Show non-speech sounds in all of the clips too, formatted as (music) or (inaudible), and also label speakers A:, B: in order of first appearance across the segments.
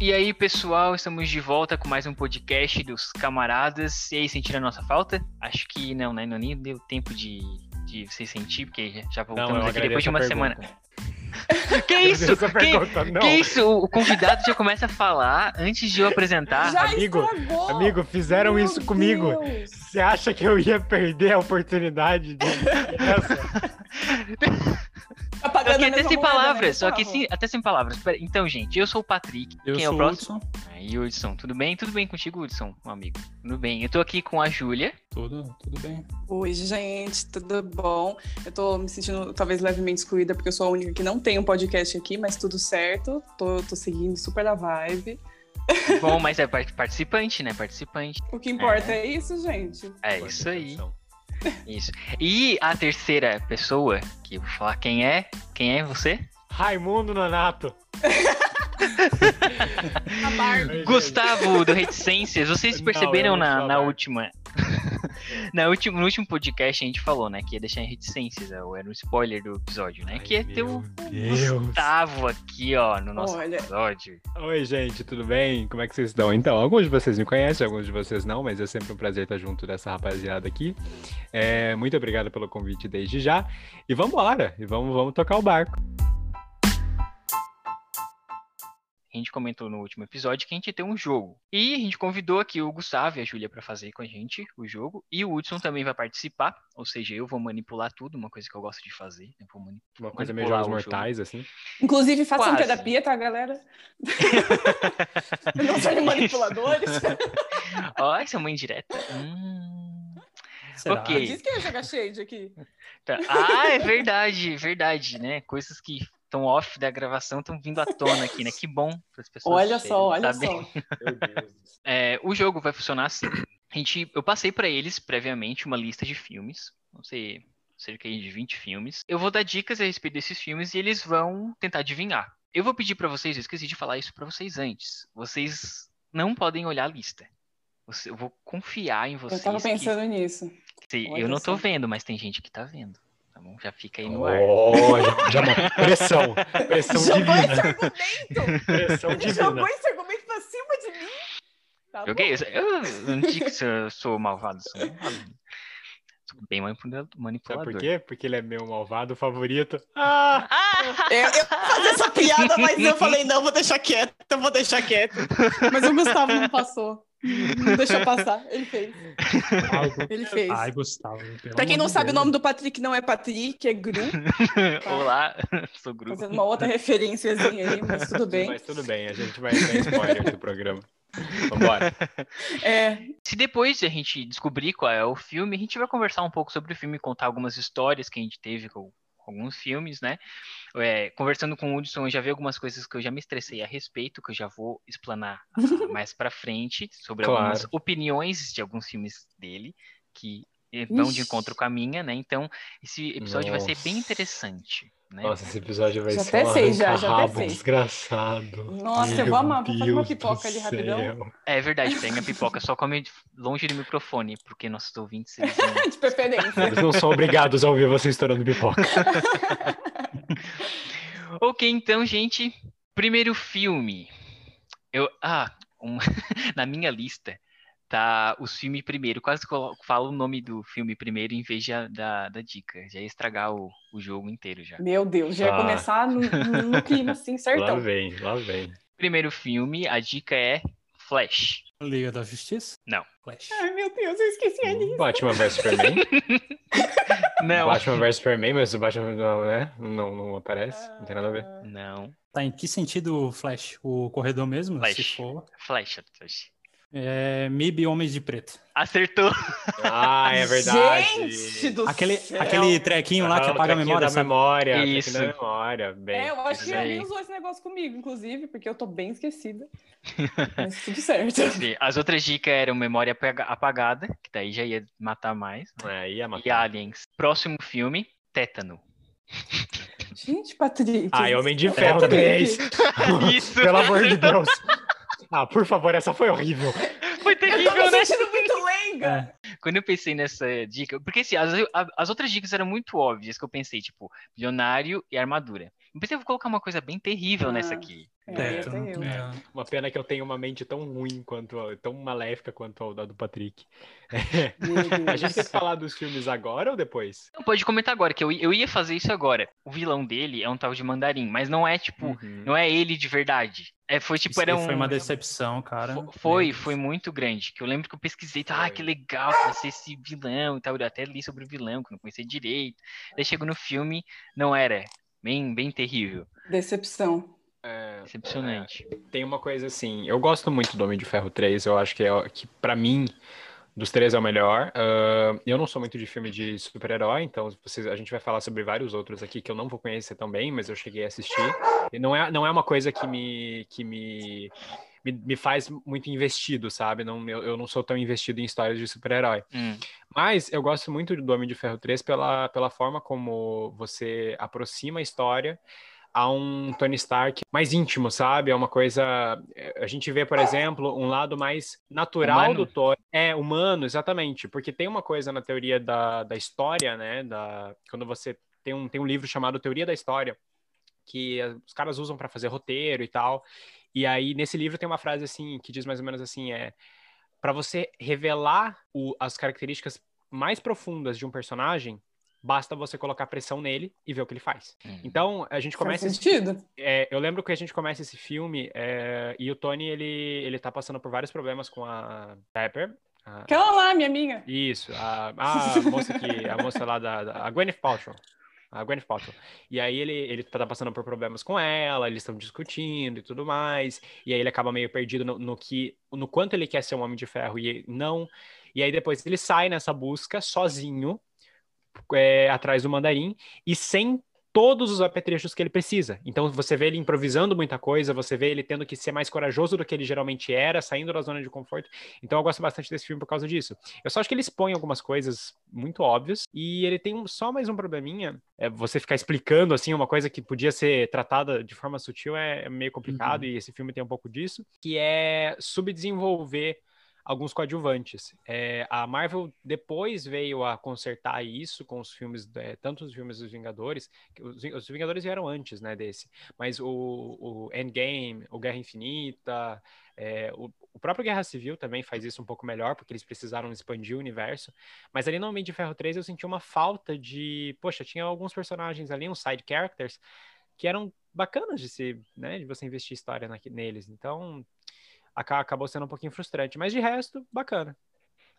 A: E aí, pessoal, estamos de volta com mais um podcast dos camaradas. E aí, sentiram a nossa falta? Acho que não, né? Não nem deu tempo de, de vocês sentir, porque já- já voltamos
B: eu
A: aqui depois
B: agradeço
A: de
B: a
A: uma semana.
B: pergunta.
A: (laughs)
B: (laughs)
A: Que É isso?
B: Essa é
A: Que,
B: pergunta, não.
A: que isso? O o convidado já começa a falar antes de eu apresentar.
C: Já
B: Ah, amigo,
C: estragou!
B: Amigo, fizeram
C: Meu
B: isso comigo.
C: Deus.
B: Você acha que eu ia perder a
A: (laughs)
B: oportunidade de... Essa-
C: Tá pagando
A: Só que
C: a
A: até
C: mesma
A: sem
C: moeda, né,
A: palavras, só que
C: Gustavo?
A: sim, até sem palavras. Pera- Então, gente, eu sou o Patrick.
D: Eu
A: Quem é
D: sou
A: o
D: o
A: próximo?
D: Hudson.
A: Aí, Hudson, tudo bem? Tudo bem contigo, Hudson, meu amigo? Tudo bem. Eu tô aqui com a Júlia.
D: Tudo, tudo bem.
C: Oi, gente, tudo bom? Eu tô me sentindo talvez levemente excluída, porque eu sou a única que não tem um podcast aqui, mas tudo certo. Tô, tô seguindo super a vibe.
A: Bom, mas é par- participante, né? Participante.
C: O que importa é, isso, gente.
A: É isso aí. Isso. E a terceira pessoa, que eu vou falar quem é, quem é você?
B: Raimundo Nonato.
C: A Barbie.
A: Gustavo do Reticências, vocês
B: (laughs) Não,
A: perceberam
B: eu não
A: na,
B: sou
A: na
B: aberto.
A: última. (laughs) na última, no último podcast a gente falou, né? Que ia deixar em reticências. é, Era um spoiler do episódio, né? que ia ter o Gustavo aqui, ó, no nosso
C: Olha.
A: episódio.
B: Oi, gente, tudo bem? Como é que vocês estão? Então, alguns de vocês me conhecem, alguns de vocês não, mas é sempre um prazer estar junto dessa rapaziada aqui. É, muito obrigado pelo convite desde já. E vambora, e vamos, vamos tocar o barco.
A: A gente comentou no último episódio que a gente ia ter um jogo. E a gente convidou aqui o Gustavo e a Júlia pra fazer com a gente o jogo. E o Hudson também vai participar. Ou seja, eu vou manipular tudo, uma coisa que eu gosto de fazer. Eu vou mani-
B: Uma coisa meio
A: Manipular
B: jogos
A: o jogo.
B: mortais, assim.
C: Inclusive, façam
A: Quase.
C: terapia, tá, galera?
B: (laughs)
C: não sejam
B: (laughs)
C: manipuladores.
A: Ó, essa é uma indireta. Hum.
D: Será?
A: Ok.
C: Diz que ia jogar shade aqui.
A: Tá. Ah, é verdade, verdade, né? Coisas que estão off da gravação estão vindo à tona aqui, né? Que bom para as pessoas.
C: Olha só,
A: verem,
C: olha
A: sabe?
C: só.
D: Meu Deus do céu.
A: É, o jogo vai funcionar assim. A gente, eu passei para eles previamente uma lista de filmes, não sei, cerca aí de 20 filmes. Eu vou dar dicas a respeito desses filmes e eles vão tentar adivinhar. Eu vou pedir para vocês, eu esqueci de falar isso para vocês antes. Vocês não podem olhar a lista. Você- eu vou confiar em vocês.
C: Eu tava
A: que-
C: pensando nisso.
A: Sim,
C: Olha
A: eu não tô
C: só.
A: vendo, mas tem gente que tá vendo. Tá bom? Já fica aí no ar.
B: Oh, já- já, pressão, pressão
C: Jogou
B: divina,
C: esse argumento!
B: pressão
C: Ele jogou
D: né?
B: divina.
C: esse argumento pra cima de mim! Tá
A: Joguei. isso. Eu não digo que se eu sou malvado, sou malvado. Sou bem manipula-
B: Sabe
A: manipulador.
B: por quê? Porque ele é meu malvado favorito. Ah,
C: Eu, É, eu ia fazer essa piada, mas eu falei, não, vou deixar quieto, eu vou deixar quieto. Mas o Gustavo não passou. Não deixou passar. Ele fez. Ele
A: É
C: fez.
D: (laughs) Ai, Gustavo. pelo
C: pra quem
D: amor
C: não
D: de
C: sabe, o
D: Deus.
C: nome do Patrick não é Patrick, é Gru.
A: (laughs)
C: (laughs)
A: Olá, sou Gru.
C: Fazendo uma outra referênciazinha aí, mas tudo bem.
B: mas tudo bem, a gente vai dar spoiler do programa. Vambora.
C: É,
A: Se depois a gente descobrir qual é o filme, a gente vai conversar um pouco sobre o filme, contar algumas histórias que a gente teve com alguns filmes, né? É, conversando com o Hudson, eu já vi algumas coisas que eu já me estressei a respeito, que eu já vou explanar ah,
B: (laughs)
A: mais pra frente, sobre
B: Claro.
A: algumas opiniões de alguns filmes dele, que eh, vão de
C: Ixi.
A: encontro com a minha, né? Então, esse episódio vai ser
B: Nossa.
A: bem interessante, né?
B: Nossa, esse episódio vai
C: Já
B: ser um
C: até sei, já, já até
B: arranca-rabo
C: sei.
B: desgraçado.
C: nossa, eu
B: Meu
C: vou amar. Vou fazer uma
B: Deus
C: pipoca
B: do
C: ali rapidão.
B: céu.
A: É verdade, pega a pipoca, só come longe do microfone, porque nossos ouvintes, eles não-
C: De preferência.
B: Eles não são obrigados a ouvir você estourando pipoca.
A: Ok, então, gente. Primeiro filme. Eu, ah, um- (laughs) na minha lista tá os filmes primeiro. Quase colo- falo o nome do filme primeiro em vez de a- da, da dica. Já ia estragar o, o jogo inteiro já.
C: Meu Deus, já ia
B: Ah.
C: começar no, no- no clima assim,
B: Lá
C: certão.
B: vem, lá vem.
A: Primeiro filme, a dica é Flash.
D: Liga da Justiça?
A: Não.
D: Flash.
C: Ai, meu Deus, eu esqueci ali.
B: Batman vs Superman. (laughs)
A: Não,
B: Batman vs Superman, mas o Batman não, né? não, não aparece. Não tem nada a ver.
A: não.
D: Tá, em que sentido o Flash? O corredor mesmo?
A: Flash.
D: Se for.
A: Flash, Flash.
D: É, MIB Homens de Preto.
A: Acertou.
B: Ah, é verdade.
C: Gente do
D: Aquele,
A: é
C: céu.
D: aquele trequinho lá que
B: Ah, o
D: apaga a
B: trequinho
D: memória,
B: da
D: sabe?
B: memória. o trequinho
A: Isso.
B: da memória. Bem,
C: É, eu acho
A: isso
C: que a
A: daí.
C: Aninha usou esse negócio comigo, inclusive, porque eu tô bem esquecida. Mas
B: (laughs)
C: tudo certo.
A: Sim, As outras dicas eram Memória Apaga- Apagada, que daí já ia matar mais.
B: É, ia
A: E
B: matar.
A: Aliens. Próximo filme, Tétano.
C: Gente, Patrick.
B: Ah, e Homem de
C: Patrick.
B: Ferro (laughs) é 3.
A: é Isso,
B: Pelo amor de Deus. Ah, por favor, essa foi horrível.
A: foi
C: Eu tô
A: terrível, né?
C: me sentindo muito leiga.
D: É,
A: Quando eu pensei nessa dica, porque assim, as, a- as outras dicas eram muito óbvias que eu pensei, tipo, milionário e armadura. Mas eu vou colocar uma coisa bem terrível
C: Ah.
A: nessa aqui.
C: É,
D: É,
C: até eu.
D: então, é.
A: Tipo,
B: Uma pena que eu tenho uma mente tão ruim quanto, a- tão maléfica quanto a da do
A: (laughs)
B: Patrick.
C: Meu Deus.
B: A gente tem que falar dos filmes agora ou depois?
A: Não, pode comentar agora, que eu, eu ia fazer isso agora. O vilão dele é um tal de mandarim, mas não é tipo.
B: Uhum.
A: Não é ele de verdade. É, foi tipo,
D: Isso
A: era
D: aí
A: um.
D: Foi uma decepção, cara. né? É.
A: Fo- Foi,
D: Meu Deus.
A: foi muito grande. Que eu lembro que eu pesquisei, tá, ah, que
B: Foi.
A: legal que vai ser esse vilão e tal. Eu até li sobre o vilão, que eu não conhecia direito. Daí chegou no filme, não era. Bem, bem terrível.
C: Decepção.
B: É,
A: Decepcionante.
B: tem uma coisa assim, eu gosto muito do Homem de Ferro 3, eu acho que, é, que para mim, dos três é o melhor. Ah, eu não sou muito de filme de super-herói, então vocês- a gente vai falar sobre vários outros aqui que eu não vou conhecer tão bem, mas eu cheguei a assistir. E não, é, não é uma coisa que me. Que me... Me, me faz muito investido, sabe? Não, eu, eu não sou tão investido em histórias de super-herói.
A: Hum.
B: Mas eu gosto muito do Homem de Ferro 3 pela, pela forma como você aproxima a história a um Tony Stark mais íntimo, sabe? É uma coisa. é, A gente vê, por exemplo, um lado mais natural
A: Humano.
B: do Tony. É, humano, exatamente. Porque tem uma coisa na teoria da, da história, né? Da, quando você. Tem um, tem um livro chamado Teoria da História, que eh, os caras usam para fazer roteiro e tal. E aí, nesse livro, tem uma frase assim, que diz mais ou menos assim: é para você revelar o- as características mais profundas de um personagem, basta você colocar pressão nele e ver o que ele faz.
A: Hum.
B: Então, a gente
C: Faz
B: começa esse,
C: sentido?
B: é, eu lembro que a gente começa esse filme é, e o Tony, ele, ele tá passando por vários problemas com a Pepper. a-
C: Cala lá, minha amiga.
B: isso, a, a moça que, a moça lá da, da a Gwyneth Paltrow. A Gwyneth Paltrow. E aí ele, ele tá passando por problemas com ela, eles estão discutindo e tudo mais. E aí ele acaba meio perdido no, no que, no quanto ele quer ser um homem de ferro e não. E aí depois ele sai nessa busca sozinho, é, atrás do mandarim e sem todos os apetrechos que ele precisa. Então você vê ele improvisando muita coisa, você vê ele tendo que ser mais corajoso do que ele geralmente era, saindo da zona de conforto. Então eu gosto bastante desse filme por causa disso. Eu só acho que ele expõe algumas coisas muito óbvias e ele tem um- só mais um probleminha. É você ficar explicando assim uma coisa que podia ser tratada de forma sutil é, é meio complicado e esse filme tem um pouco disso, que é subdesenvolver alguns coadjuvantes. É, a Marvel depois veio a consertar isso com os filmes, é, tanto os filmes dos Vingadores, que os, Ving- os Vingadores vieram antes, né, desse, mas o, o Endgame, o Guerra Infinita, é, o, o próprio Guerra Civil também faz isso um pouco melhor, porque eles precisaram expandir o universo. Mas ali no Homem de Ferro 3 eu senti uma falta de. Poxa, tinha alguns personagens ali, uns side characters, que eram bacanas de se, né, de você investir história naqui- neles. Então aca- acabou sendo um pouquinho frustrante, mas de resto, bacana.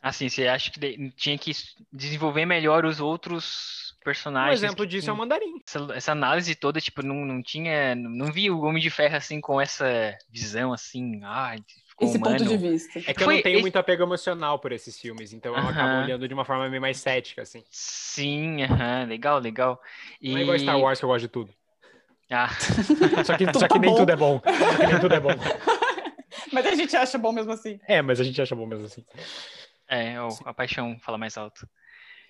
B: Um
A: Assim, você acha que de- tinha que s- desenvolver melhor os outros
B: Um
A: personagens?
B: exemplo
A: que
B: disso é
A: tinham-
B: o Mandarim.
A: essa, essa análise toda, tipo, não, não tinha. Não vi o Homem de Ferro assim com essa visão assim. Ah, ficou
C: Esse
A: humano.
C: ponto de vista.
B: É que eu
A: Foi
B: não tenho
A: esse-
B: muito apego emocional por esses filmes, então eu acabo
A: Aham.
B: olhando de uma forma meio mais cética, assim.
A: Sim, aham, legal, legal. E...
B: Não é igual Star Wars que eu gosto de tudo.
A: Ah,
B: Só
C: (laughs)
B: que,
C: Tudo
B: só que
C: tá
B: nem
C: bom.
B: tudo é bom. Só que nem tudo é
C: (laughs)
B: bom.
C: Mas a gente acha bom mesmo assim.
B: É, mas a gente acha bom mesmo assim.
A: é, ó, a paixão fala mais alto.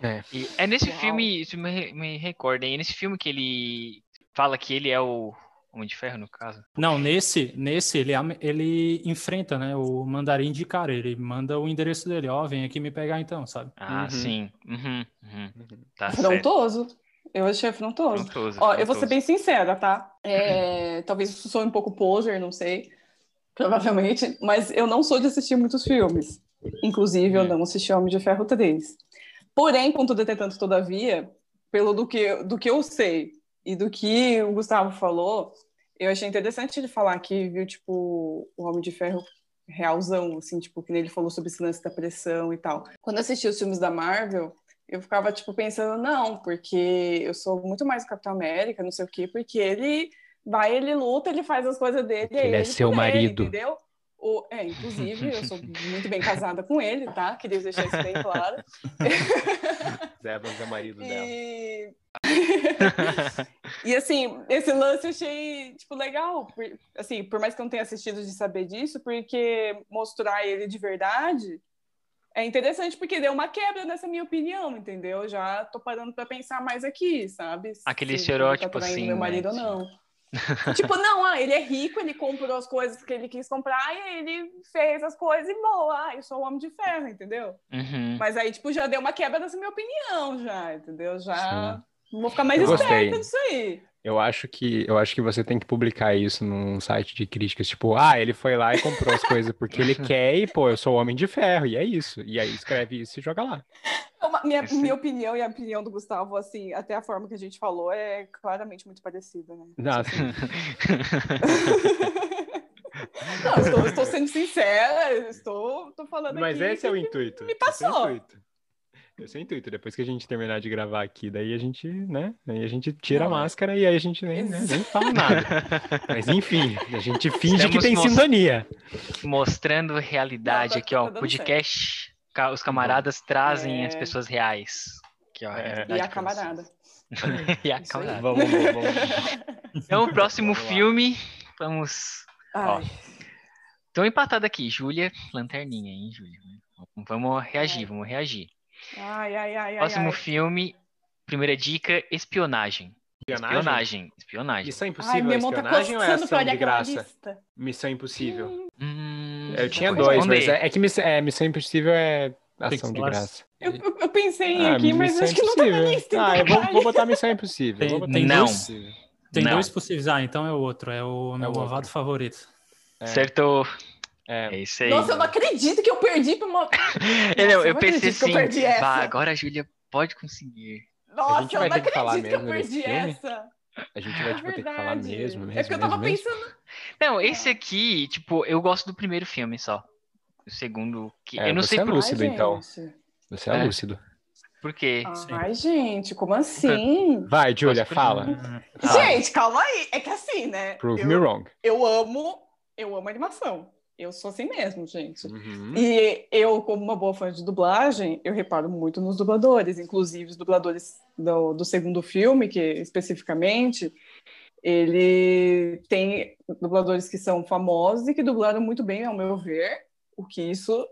B: É.
A: E é nesse
C: Uau.
A: filme, isso me, re- me recorda, é nesse filme que ele fala que ele é o Homem de Ferro, no caso.
D: Não, nesse, nesse ele, am- ele enfrenta, né? O mandarim de cara. Ele manda o endereço dele, ó, vem aqui me pegar então, sabe?
A: Ah,
B: Uhum.
A: sim. Uhum, uhum. Tá certo.
C: Afrontoso. Eu achei afrontoso.
A: Afrontoso,
C: Ó, eu vou ser
A: afrontoso.
C: bem sincera, tá? É, talvez isso soe um pouco poser, não sei. (laughs) Provavelmente. Mas eu não sou de assistir muitos filmes. Inclusive, eu
A: Hum.
C: não assisti Homem de Ferro 3. Porém, contudo, entretanto, todavia, pelo do que, do que eu sei e do que o Gustavo falou, eu achei interessante ele falar que viu, tipo, o Homem de Ferro realzão, assim, tipo, que nem ele falou sobre esse lance da pressão e tal. Quando eu assisti os filmes da Marvel, eu ficava, tipo, pensando, não, porque eu sou muito mais o Capitão América, não sei o quê, porque ele vai, ele luta, ele faz as coisas dele.
B: Porque
C: é
B: ele é seu
C: por
B: marido.
C: entendeu? O, é, inclusive, eu
B: (laughs)
C: sou muito bem casada com ele, tá? Queria deixar isso bem claro.
B: Zebras é marido dela.
A: (laughs)
C: E... (laughs) e assim, esse lance eu achei tipo legal, por- assim, por mais que eu não tenha assistido de saber disso, porque mostrar ele de verdade é interessante porque deu uma quebra nessa minha opinião, entendeu? Já tô parando pra pensar mais aqui, sabe?
A: Aquele
C: Se ele tá
A: estereótipo,
C: traindo
A: assim,
C: meu
A: né,
C: marido ou
A: de-
C: não. tipo, não, ah, ele é rico, ele comprou as coisas que ele quis comprar e aí ele fez as coisas e boa, ah, eu sou o homem de ferro, entendeu?
A: Uhum.
C: Mas aí, tipo, já deu uma quebra nessa minha opinião, já, entendeu? Já vou ficar mais
B: Eu
C: esperta
B: gostei.
C: disso aí.
B: Eu acho que eu acho que você tem que publicar isso num site de críticas, tipo, ah, ele foi lá e comprou as coisas porque ele quer e pô, eu sou o homem de ferro e é isso. E aí escreve isso e joga lá.
C: Uma- Então, minha,
A: Sim.
C: minha opinião e a opinião do Gustavo, assim, até a forma que a gente falou é claramente muito parecida, né?
B: Nossa,
C: Não, estou, estou sendo sincera, estou, estou falando
B: mas
C: aqui
B: esse é o
C: que-
B: intuito.
C: me
B: Esse é o
C: passou.
B: intuito. Esse é o intuito. Depois que a gente terminar de gravar aqui, daí a gente, né? Aí a gente tira
A: Não,
B: a
A: é-
B: máscara e aí a gente nem, né, nem fala
C: (laughs)
B: nada. Mas enfim, a gente finge que
A: Estamos
B: tem
A: mos-
B: sintonia.
A: Mostrando
C: Não,
A: realidade
C: tá-
A: aqui, ó.
C: tá dando
A: podcast, ca- os camaradas trazem
C: É.
A: as pessoas reais. Aqui, ó,
B: É.
A: realidade
C: E a
A: pra vocês.
C: camarada.
A: (laughs) e a
C: Isso aí.
A: camarada.
B: Vamos, vamos, vamos.
A: Então, o próximo
B: Vamos lá.
A: filme, vamos...
C: Ai,
A: Estão empatados aqui, Júlia, lanterninha, hein, Júlia? Vamos reagir, vamos reagir.
C: ai, ai, É. ai, ai,
A: Próximo
C: ai.
A: filme, primeira dica, espionagem. Espionagem, espionagem.
B: Missão
C: Ai,
B: impossível,
C: minha mão tá
B: espionagem ou é
C: coçando
B: ação
C: pra olhar
B: de
C: aquela
B: graça?
C: lista.
B: Missão impossível.
A: Hum,
B: Eu tinha
A: vou
B: dois, mas
A: responder.
B: é, é que missão, é, Missão Impossível é ação de
D: Pixelas.
B: graça.
C: Eu, eu- eu pensei
B: Ah,
C: aqui, mas
B: Missão
C: acho que não tá na
B: Impossível.
C: lista.
B: Ah, eu
C: então
B: vou,
C: vai.
B: vou botar Missão Impossível. vou
D: Tem,
B: botar
D: tem
A: Não.
D: dois, tem
A: Não.
D: dois possíveis. Ah, então é o outro. É o meu
B: outro.
D: malvado favorito.
B: É,
A: Acertou.
B: é.
A: É isso aí.
C: Nossa, eu não acredito que eu perdi pra uma.
A: É, não,
C: Nossa,
A: eu
C: não
A: pensei
C: acredito que eu
A: assim,
C: perdi essa.
A: "Vá, agora a Júlia pode conseguir.
C: Nossa, eu
B: vai
C: não
B: ter que falar
C: acredito que eu
B: mesmo desse
C: perdi
B: filme?
C: essa.
B: A gente vai tipo,
C: é
B: ter que
C: verdade.
B: falar mesmo, mesmo,
C: é que eu tava
B: mesmo, mesmo.
C: pensando.
A: Não,
C: É.
A: esse aqui, tipo, eu gosto do primeiro filme só. O segundo, que
B: É,
A: eu não
B: você
A: sei
B: é
A: por,
B: lúcido, então.
C: gente.
B: Você é,
A: É.
B: lúcido.
A: por
C: Ah.
A: quê.
C: Ai, gente, como assim?
B: Vai, Julia,
A: por-
B: fala.
D: Ah,
B: Tá.
A: Ah.
C: Gente, calma aí. É que assim, né?
B: Prove
C: eu,
B: me wrong.
C: eu amo, eu amo animação. Eu sou assim mesmo, gente.
B: Uhum.
C: E eu, como uma boa fã de dublagem, eu reparo muito nos dubladores, inclusive os dubladores do, do segundo filme, que especificamente, ele tem dubladores que são famosos e que dublaram muito bem, ao meu ver, o que isso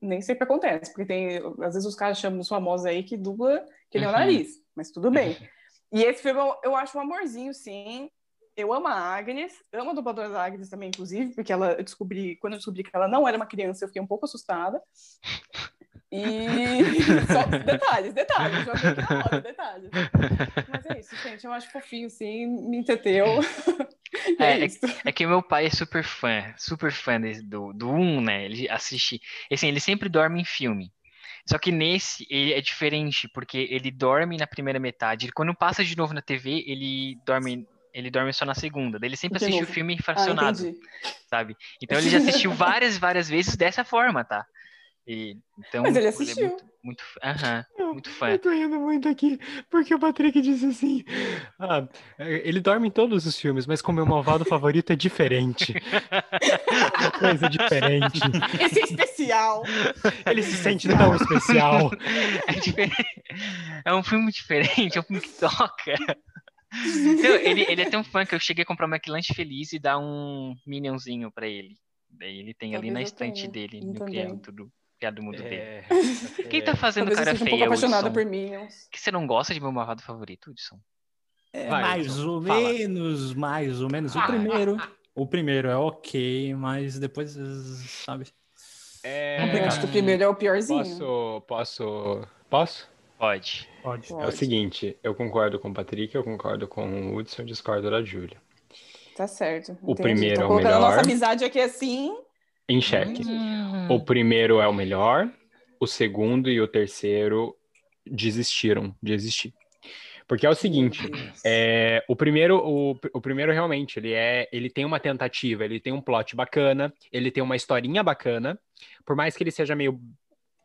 C: nem sempre acontece, porque tem, às vezes os caras chamam os famosos aí que dubla que nem o
A: Uhum.
C: nariz, mas
A: (laughs)
C: tudo bem. E esse filme eu, eu acho um amorzinho, sim. Eu amo a Agnes, amo a dubladora da Agnes também, inclusive, porque ela eu descobri, quando eu descobri que ela não era uma criança, eu fiquei um pouco assustada. E (laughs) só detalhes, detalhes, joguei aqui na roda, detalhes. Mas é isso, gente, eu acho fofinho, sim, me entreteu. (laughs) E é,
A: É,
C: isso.
A: É que meu pai é super fã, super fã desse- do, do 1, né? Ele assiste. Assim, ele sempre dorme em filme. Só que nesse ele é diferente, porque ele dorme na primeira metade. Quando passa de novo na TV, ele dorme. Ele dorme só na segunda. Daí Ele sempre
C: De
A: assiste o
C: novo.
A: filme
C: Ah,
A: fracionado,
C: entendi.
A: sabe? Então ele já
C: (laughs)
A: assistiu várias, várias vezes dessa forma, tá? E, então,
C: Mas ele
A: é
C: assistiu.
A: muito, muito, fã- aham,
B: Não,
A: muito fã.
B: Eu tô indo muito aqui, porque o Patrick disse assim. Ah, ele dorme em todos os filmes, mas como meu malvado favorito é
A: (laughs)
B: diferente. É uma coisa diferente.
A: Tá.
C: Esse é especial.
B: Ele se sente tão especial.
A: (laughs) É, diferente. É um filme diferente, é um filme que
C: (laughs)
A: toca. Então, ele, ele é tão fã que eu cheguei a comprar um McLanche feliz e dar um minionzinho pra ele. Daí ele tem ali
C: Talvez
A: na
C: eu
A: estante
C: tenha
A: dele,
C: um
A: no
C: também.
A: criado do, criado mundo dele.
B: É,
A: (laughs) Quem tá fazendo
C: Talvez eu
A: cara
C: seja um pouco
A: feia,
C: apaixonada
A: Hudson?
C: por Minions.
A: Que você não gosta de meu malvado favorito, Hudson?
D: é,
B: Vai,
D: mais
B: Edson,
D: ou
B: fala.
D: menos, mais ou menos. O
A: Ah.
D: primeiro. O primeiro é ok, mas depois, sabe?
C: Eu acho que
B: é...
C: o primeiro é o piorzinho.
B: Posso, posso, posso?
A: Pode.
B: É
D: Pode.
B: o
C: Pode. Tá
B: seguinte, eu concordo com o Patrick, eu concordo com o Hudson, eu discordo da Júlia.
C: Tá certo.
B: O
C: entendi.
B: primeiro
C: Tô
B: é o
C: colocando a
B: melhor.
C: nossa amizade aqui assim.
B: Em xeque.
A: Hum.
B: O primeiro é o melhor, o segundo e o terceiro desistiram de existir. Porque é o seguinte, é, o primeiro, o, o primeiro realmente, ele é, ele tem uma tentativa, ele tem um plot bacana, ele tem uma historinha bacana, por mais que ele seja meio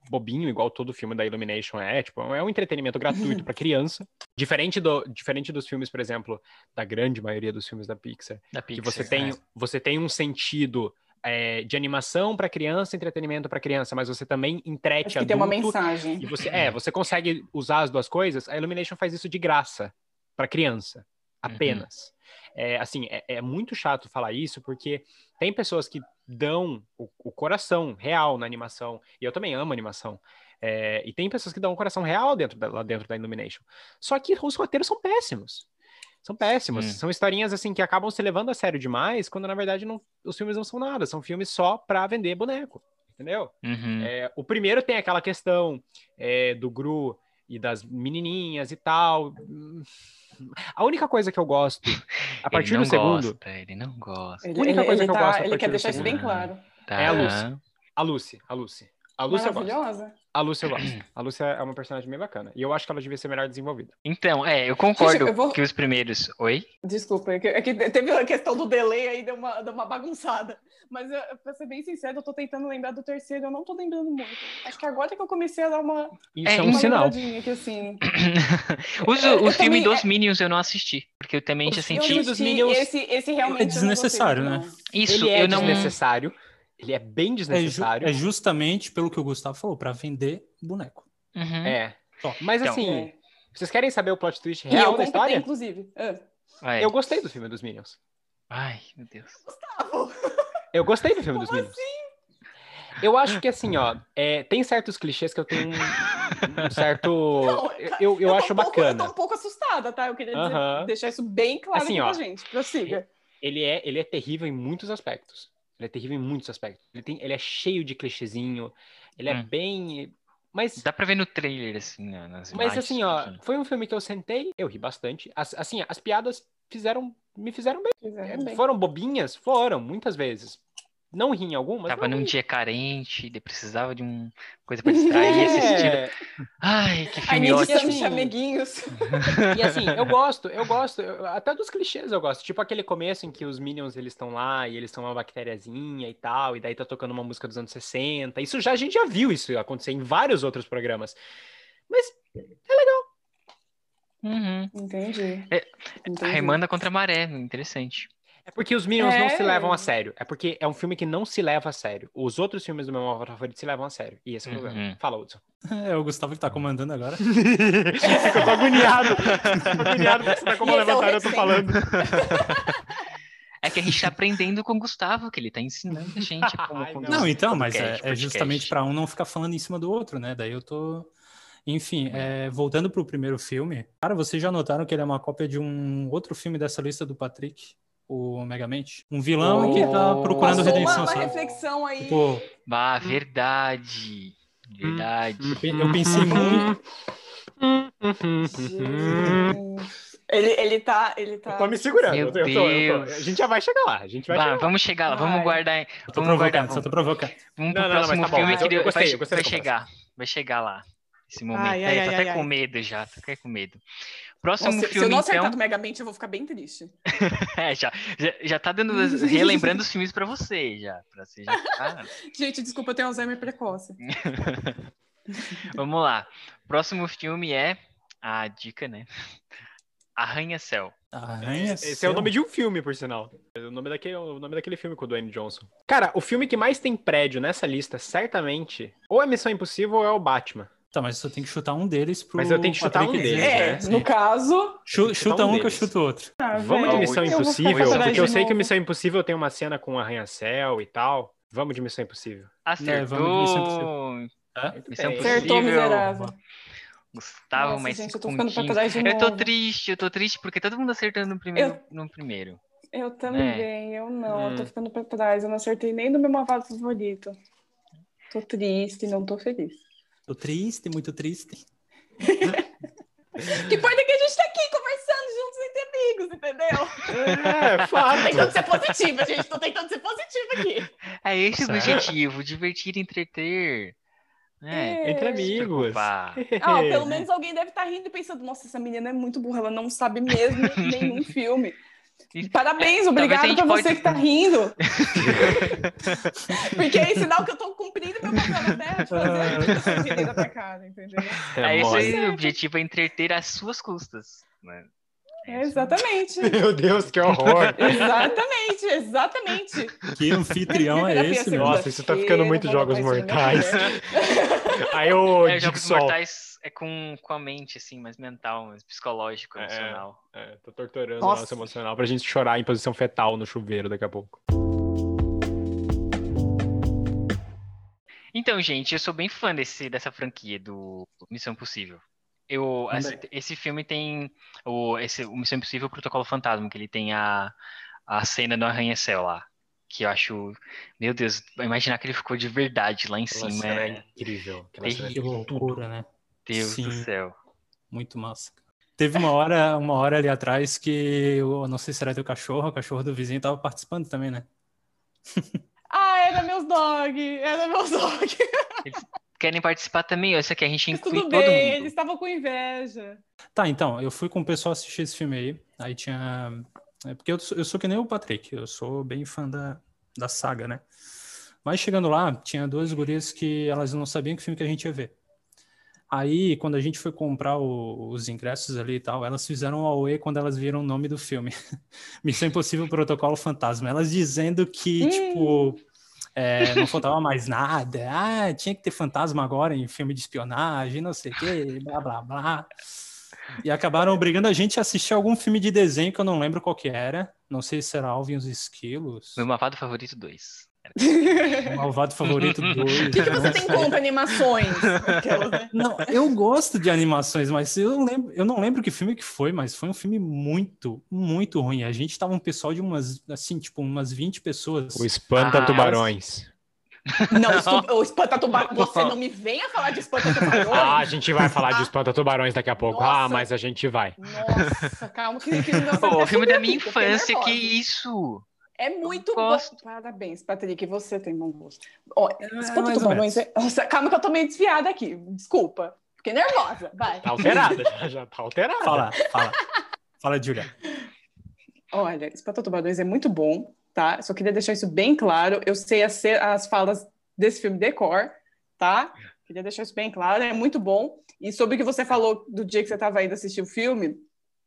B: bobinho, igual todo filme da Illumination é, tipo, é um entretenimento gratuito
C: (laughs)
B: pra criança. Diferente do, diferente dos filmes, por exemplo, da grande maioria dos filmes da Pixar,
A: Da
B: que
A: Pixar.
B: você
C: é.
B: tem, você tem um sentido é, de animação para criança, entretenimento para criança, mas você também entrete
C: Acho que tem uma
B: adulto
C: mensagem.
B: e você é, você consegue usar as duas coisas. A Illumination faz isso de graça para criança, apenas. É, assim, é, é muito chato falar isso porque tem pessoas que dão o, o coração real na animação e eu também amo animação. é, e tem pessoas que dão o coração real dentro da, lá dentro da Illumination. Só que os roteiros são péssimos. São péssimos.
A: Sim.
B: São historinhas assim que acabam se levando a sério demais, quando na verdade não, os filmes não são nada. São filmes só para vender boneco, entendeu?
A: Uhum.
B: É, o primeiro tem aquela questão é, do Gru e das menininhas e tal. Hum, A única coisa que
A: (laughs)
B: eu gosto, a partir
A: ele não
B: do segundo,
A: gosta, ele não gosta.
C: Ele,
B: única
C: ele-
B: coisa
C: ele
B: que eu
C: tá-
B: gosto a
C: ele
B: partir
C: quer
B: do
C: deixar isso bem
A: segundo.
C: claro.
A: Tá.
B: É a Lucy. a Lucy, a Lucy. A é Lucy eu gosto.
C: Maravilhosa.
B: A Lucy eu
A: Uhum.
B: gosto. A Lucy é uma personagem bem bacana. E eu acho que ela devia ser melhor desenvolvida.
A: Então, é, eu concordo
C: Gente, eu vou-
A: que os primeiros. Oi?
C: Desculpa, é que, é que teve a questão do delay aí, deu uma, deu uma bagunçada. Mas eu, pra ser bem sincero, eu tô tentando lembrar do terceiro, eu não tô lembrando muito. Acho que agora que eu comecei a dar uma,
B: Isso
A: É,
B: é, um
C: uma
B: sinal.
C: lembradinha que assim.
A: Os,
C: Eu- eu
A: o filme
C: também- é-
A: dos Minions eu não assisti, porque eu também já
C: eu
A: senti.
B: filme dos
C: assisti,
B: Minions
C: esse, esse realmente
D: é
C: eu não
D: desnecessário,
C: gostei muito,
D: né?
A: Isso,
B: Ele é
A: eu não.
B: desnecessário. Ele é bem
D: É, ju-
B: desnecessário.
D: é justamente pelo que o Gustavo falou, pra vender boneco.
A: Uhum.
B: É.
D: Só.
B: Mas
A: Então,
B: assim,
C: não. É.
B: vocês querem saber o plot twist
C: E eu
B: real da
C: completei,
B: história?
C: inclusive. Ah.
A: Vai.
B: Eu gostei do filme dos Minions.
A: Ai, meu Deus.
B: Eu gostei do filme dos
C: Como
B: Minions. Eu acho que assim, ó, é, tem certos clichês que eu tenho um, um certo.
C: (laughs) Não,
B: eu eu, eu
C: tô
B: acho
C: um pouco-
B: bacana.
C: eu tô um pouco assustada, tá? Eu queria dizer-
B: Aham.
C: deixar isso bem claro
B: Assim,
C: aqui
B: ó.
C: pra gente. Prossiga.
B: Ele, é, ele é terrível em muitos aspectos. Ele é terrível em muitos aspectos. Ele, tem, ele é cheio de clichêzinho. Ele é
A: Hum.
B: bem. Mas
A: Dá pra ver no trailer, assim, na- nas
B: Mas
A: imagens,
B: assim, ó,
A: enfim.
B: foi um filme que eu sentei, eu ri bastante. As- assim, as piadas fizeram, me fizeram bem.
C: Fizeram
B: É,
C: bem.
B: Foram bobinhas? Foram, muitas vezes. Não ri em algumas.
A: Tava
B: não
A: num
B: ri.
A: dia carente, ele precisava de uma coisa pra distrair, assistindo.
B: É,
A: Ai, que
C: I
A: filme
C: need
A: ótimo.
C: some
B: assim-
C: chameguinhos.
B: e assim, eu gosto, eu gosto, eu- até dos clichês eu gosto. Tipo aquele começo em que os Minions eles estão lá e eles são uma bactériazinha e tal, e daí tá tocando uma música dos anos 60. Isso já a gente já viu isso acontecer em vários outros programas. Mas
A: Uhum.
C: Entendi.
A: É,
C: Entendi.
A: A Remanda contra a Maré, interessante.
B: É porque os Minions não se
C: É.
B: levam a sério. É porque é um filme que não se leva a sério. Os outros filmes do meu avô favorito se levam a sério. E esse é o
A: Uhum.
B: problema. Fala, Hudson.
D: É o Gustavo que tá comandando agora.
B: eu tô agoniado. tô agoniado porque você tá
C: como E esse é o levantaram, eu tô Red falando.
A: É que a gente tá aprendendo com o Gustavo, que ele tá ensinando a gente como
B: Ai,
A: conduzir
D: Não, então, mas é-
A: podcast,
D: é,
A: podcast.
D: justamente para um não ficar falando em cima do outro, né? Daí eu tô. Enfim, é, voltando pro primeiro filme, cara, vocês já notaram que ele é uma cópia de um outro filme dessa lista do Patrick, o Megamente? Um vilão
C: Olha,
D: que tá procurando
C: Passou uma,
D: redenção,
C: uma
D: sabe?
C: reflexão aí.
D: Tipo,
A: Ah, verdade.
B: Hum,
A: Verdade.
D: eu pensei muito.
C: Uhum. Gente. Ele, ele tá. Ele tá.
B: Eu tô me segurando.
A: Meu
B: eu tô- eu tô- eu tô-
A: Deus.
B: A gente já vai chegar lá. A gente vai
A: Bah,
B: chegar lá.
A: vamos chegar lá, vamos
C: Ai.
A: guardar.
D: Eu tô
A: Vamos guardar.
D: provocando, só
A: Vamos,
D: tô provocando.
A: vamos
B: Não,
A: Um pro
B: não, não,
A: próximo
B: mas tá bom,
A: filme
B: mas
A: que
B: eu- eu gostei,
A: vai,
B: eu gostei
A: vai
B: da
A: chegar. Vai chegar lá. Esse momento.
C: Ai,
A: Peraí,
C: ai,
A: tô
C: ai,
A: até
C: ai,
A: com
C: ai.
A: medo já, tô até com medo.
C: Nossa,
A: Próximo
B: um
C: se- se eu
A: filme,
C: não acertar
A: então.
C: com o Megamente, eu vou ficar bem triste.
A: (laughs) É, já, já, já tá dando,
C: (laughs)
A: relembrando os filmes pra você, já. Pra você já tá-
C: Gente, desculpa, eu tenho Alzheimer precoce.
A: Vamos lá. Próximo filme é. A dica, né? Arranha-Céu.
D: Arranha
B: Esse é o nome de um filme, por sinal. É O nome daquele, o nome daquele filme com o Dwayne Johnson. Cara, o filme que mais tem prédio nessa lista, certamente, ou é Missão Impossível ou é o Batman.
D: Tá, mas eu tenho que chutar um deles pro.
B: Mas eu tenho que chutar
D: Patrick
B: um
D: dizer,
B: deles,
D: né?
C: É,
B: né?
D: Sim.
C: no caso.
D: (laughs) Chu-
B: que chutar
D: chuta
B: um
D: um que eu
B: deles.
D: chuto outro.
C: Ah,
B: Vamos de
C: velho,
B: Missão
C: eu vou ficar
B: Impossível,
C: pra trás
B: porque eu
C: de
B: sei que
C: novo.
B: Missão Impossível tem uma cena com um arranha-céu e tal. Vamos de Missão Impossível.
C: Né,
A: Acertou!
D: Hã?
A: Missão
B: bem.
A: Impossível.
C: Acertou, miserável.
A: Gustavo,
C: Nossa,
A: mas
C: gente,
A: cinco
C: eu tô ficando pra
A: pontinhos.
C: trás de
A: Eu
C: novo.
A: tô triste, eu tô triste porque todo mundo acertando no primeiro. No primeiro.
C: Eu
A: Né?
C: também, eu não, eu tô
B: Hum.
C: ficando pra trás. Eu não acertei nem do meu malvado favorito. Tô triste, não tô feliz.
D: Tô triste, muito triste.
C: Que parte é que a gente tá aqui conversando juntos entre amigos, entendeu? Tá
B: É, fato.
C: Tentando ser positiva, gente. Tô tentando ser positiva aqui.
A: É esse o
B: Certo.
A: objetivo, divertir e entreter. É,
B: Entre
C: É.
A: se
B: amigos.
A: preocupar.
C: Ah, pelo menos alguém deve estar rindo e pensando, nossa, essa menina é muito burra, ela não sabe mesmo nenhum filme.
A: E-
C: Parabéns,
A: talvez a
C: obrigado
A: gente
C: pra
A: pode-
C: você que tá
A: (laughs)
C: rindo. Porque é sinal que eu tô cumprindo meu papel na terra de
A: Ah.
C: fazer a direita pra cara, entendeu?
A: É esse
B: mole.
A: aí, o objetivo é entreter às suas custas. né? É
C: É,
A: isso.
C: exatamente.
B: Meu Deus, que (laughs) horror.
C: Exatamente, exatamente. (laughs)
D: Que anfitrião é
C: Terapia
D: esse, meu?
B: Nossa, isso tá ficando muito
C: segunda-feira,
B: Jogos
C: assim, vai voltar isso na minha
B: Aí o
A: É, Jogos
B: Dixon.
A: Mortais é com, com a mente, assim, mais mental, mais psicológico,
B: É.
A: emocional.
B: É, tô torturando o
C: Nossa.
B: nosso emocional pra gente chorar em posição fetal no chuveiro daqui a pouco.
A: Então, gente, eu sou bem fã desse, dessa franquia do Missão Impossível. Eu,
D: Também.
A: esse, esse filme tem o, esse, o Missão Impossível Protocolo Fantasma, que ele tem a, a cena do arranha-céu lá. Que eu acho. Meu Deus, imaginar que ele ficou de verdade lá em cima. É,
B: incrível.
A: cena é
D: Que loucura, né?
A: Deus do
D: Sim.
A: céu.
D: Muito massa. Teve uma hora, uma hora ali atrás que eu não sei se era teu cachorro, o cachorro do vizinho tava participando também, né?
C: Ah, era meus dog, era meus dog.
A: Querem participar também? Isso aqui a gente
C: Mas
A: inclui
C: tudo
A: todo
C: bem,
A: mundo.
C: eles estavam com inveja.
D: Tá, então, eu fui com o pessoal assistir esse filme aí. Aí tinha. É porque eu sou, eu sou que nem o Patrick, eu sou bem fã da, da saga, né? Mas chegando lá, tinha duas gurias que elas não sabiam que filme que a gente ia ver. Aí, quando a gente foi comprar o- os ingressos ali e tal, elas fizeram um auê quando elas viram o nome do filme. (laughs) Missão Impossível Protocolo Fantasma. Elas dizendo que,
C: Hum.
D: tipo, é, não faltava mais nada. Ah, tinha que ter fantasma agora em filme de espionagem, não sei o quê, blá, blá, blá. E acabaram obrigando a gente a assistir algum filme de desenho que eu não lembro qual que era. Não sei se era Alvin e os Esquilos.
A: Meu malvado favorito 2.
D: O Malvado Favorito né? 2.
C: O que, que você tem contra animações? Aquelas, né?
D: Não, eu gosto de animações, mas eu não lembro, eu não lembro que filme que foi, mas foi um filme muito, muito ruim. A gente tava um pessoal de umas, assim, tipo, umas 20 pessoas.
B: O Espanta
A: Ah,
B: Tubarões.
C: (laughs) Não, estu- o espanta tubarão. Você não me venha falar de espanta tubarão.
B: Ah, a gente vai falar de
C: Ah.
B: Espanta Tubarões daqui a pouco. Ah,
C: Nossa.
B: mas a gente vai.
C: Nossa, calma que, que não vai
A: Pô,
C: até
A: o filme da
C: subir
A: minha
C: aqui, fiquei
A: infância, que
C: nervosa.
A: isso?
C: É muito
A: Eu gosto.
C: bom. Parabéns, Patrick, você tem bom gosto. Ó, espanta
D: É, Ah, mais ou
C: tubarões.
D: menos.
C: é- Nossa, calma que eu tô meio desviada aqui. Desculpa. Fiquei nervosa. Vai.
B: Tá alterada, já, já tá alterada.
D: Fala, fala. Fala, Julia.
C: Olha, Espanta Tubarões é muito bom, tá? Só queria deixar isso bem claro. Eu sei as, ce- as falas desse filme decor, tá? Queria deixar isso bem claro, é muito bom. E sobre o que você falou do dia que você estava indo assistir o filme,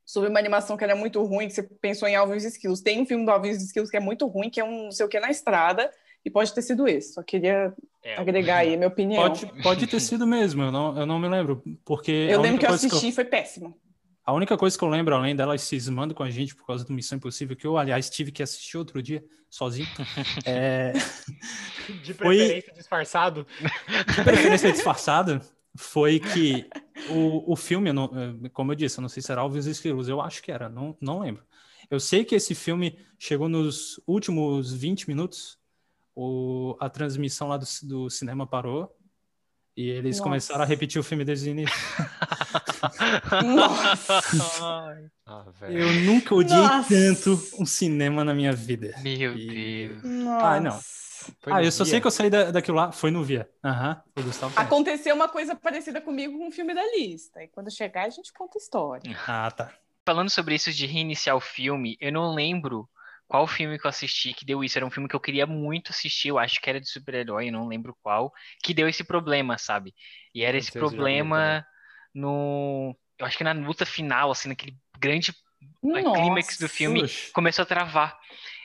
C: sobre uma animação que era muito ruim, que você pensou em Alvin e os Esquilos. Tem um filme do Alvin e os Esquilos que é muito ruim, que é um não sei o que na estrada, e pode ter sido esse. Só queria
A: É,
C: agregar aí a minha opinião.
D: Pode, pode ter sido mesmo, eu não, eu não me lembro. Porque
C: Eu
D: a
C: lembro
D: única
C: que eu
D: coisa
C: assisti e foi
D: (laughs)
C: péssimo.
D: A única coisa que eu lembro, além delas cismando com a gente por causa do Missão Impossível, que eu, aliás, tive que assistir outro dia, sozinho. (laughs) É,
B: De
D: Foi-
B: preferência disfarçado.
D: de preferência disfarçado, foi que o, o filme, eu não- eh, como eu disse, eu não sei se era Alves e os Esquilos, eu acho que era, não, não lembro. Eu sei que esse filme chegou nos últimos 20 minutos, o, a transmissão lá do, ci- do cinema parou, e eles
C: Nossa.
D: começaram a repetir o filme desde
B: (laughs)
D: o início.
C: Nossa!
B: Ah, velho.
D: Eu nunca odiei
C: Nossa.
D: tanto um cinema na minha vida.
A: Meu
D: E-
A: Deus.
D: Ah, não.
C: Nossa.
B: Foi
D: ah,
B: no
D: eu só
B: dia.
D: sei que eu saí da, daquilo lá, foi no Via. Aham, o
A: É.
D: Gustavo. conhece.
C: Aconteceu uma coisa parecida comigo com o filme da lista. E quando chegar, a gente conta a história.
D: Ah, tá.
A: Falando sobre isso de reiniciar o filme, eu não lembro qual filme que eu assisti que deu isso. Era um filme que eu queria muito assistir, eu acho que era de super-herói, eu não lembro qual, que deu esse problema, sabe? E era
B: Não
A: esse
B: sei se eu já vi
A: problema no. Eu acho que na luta final, assim, naquele grande clímax do filme.
D: Oxe.
A: começou a travar.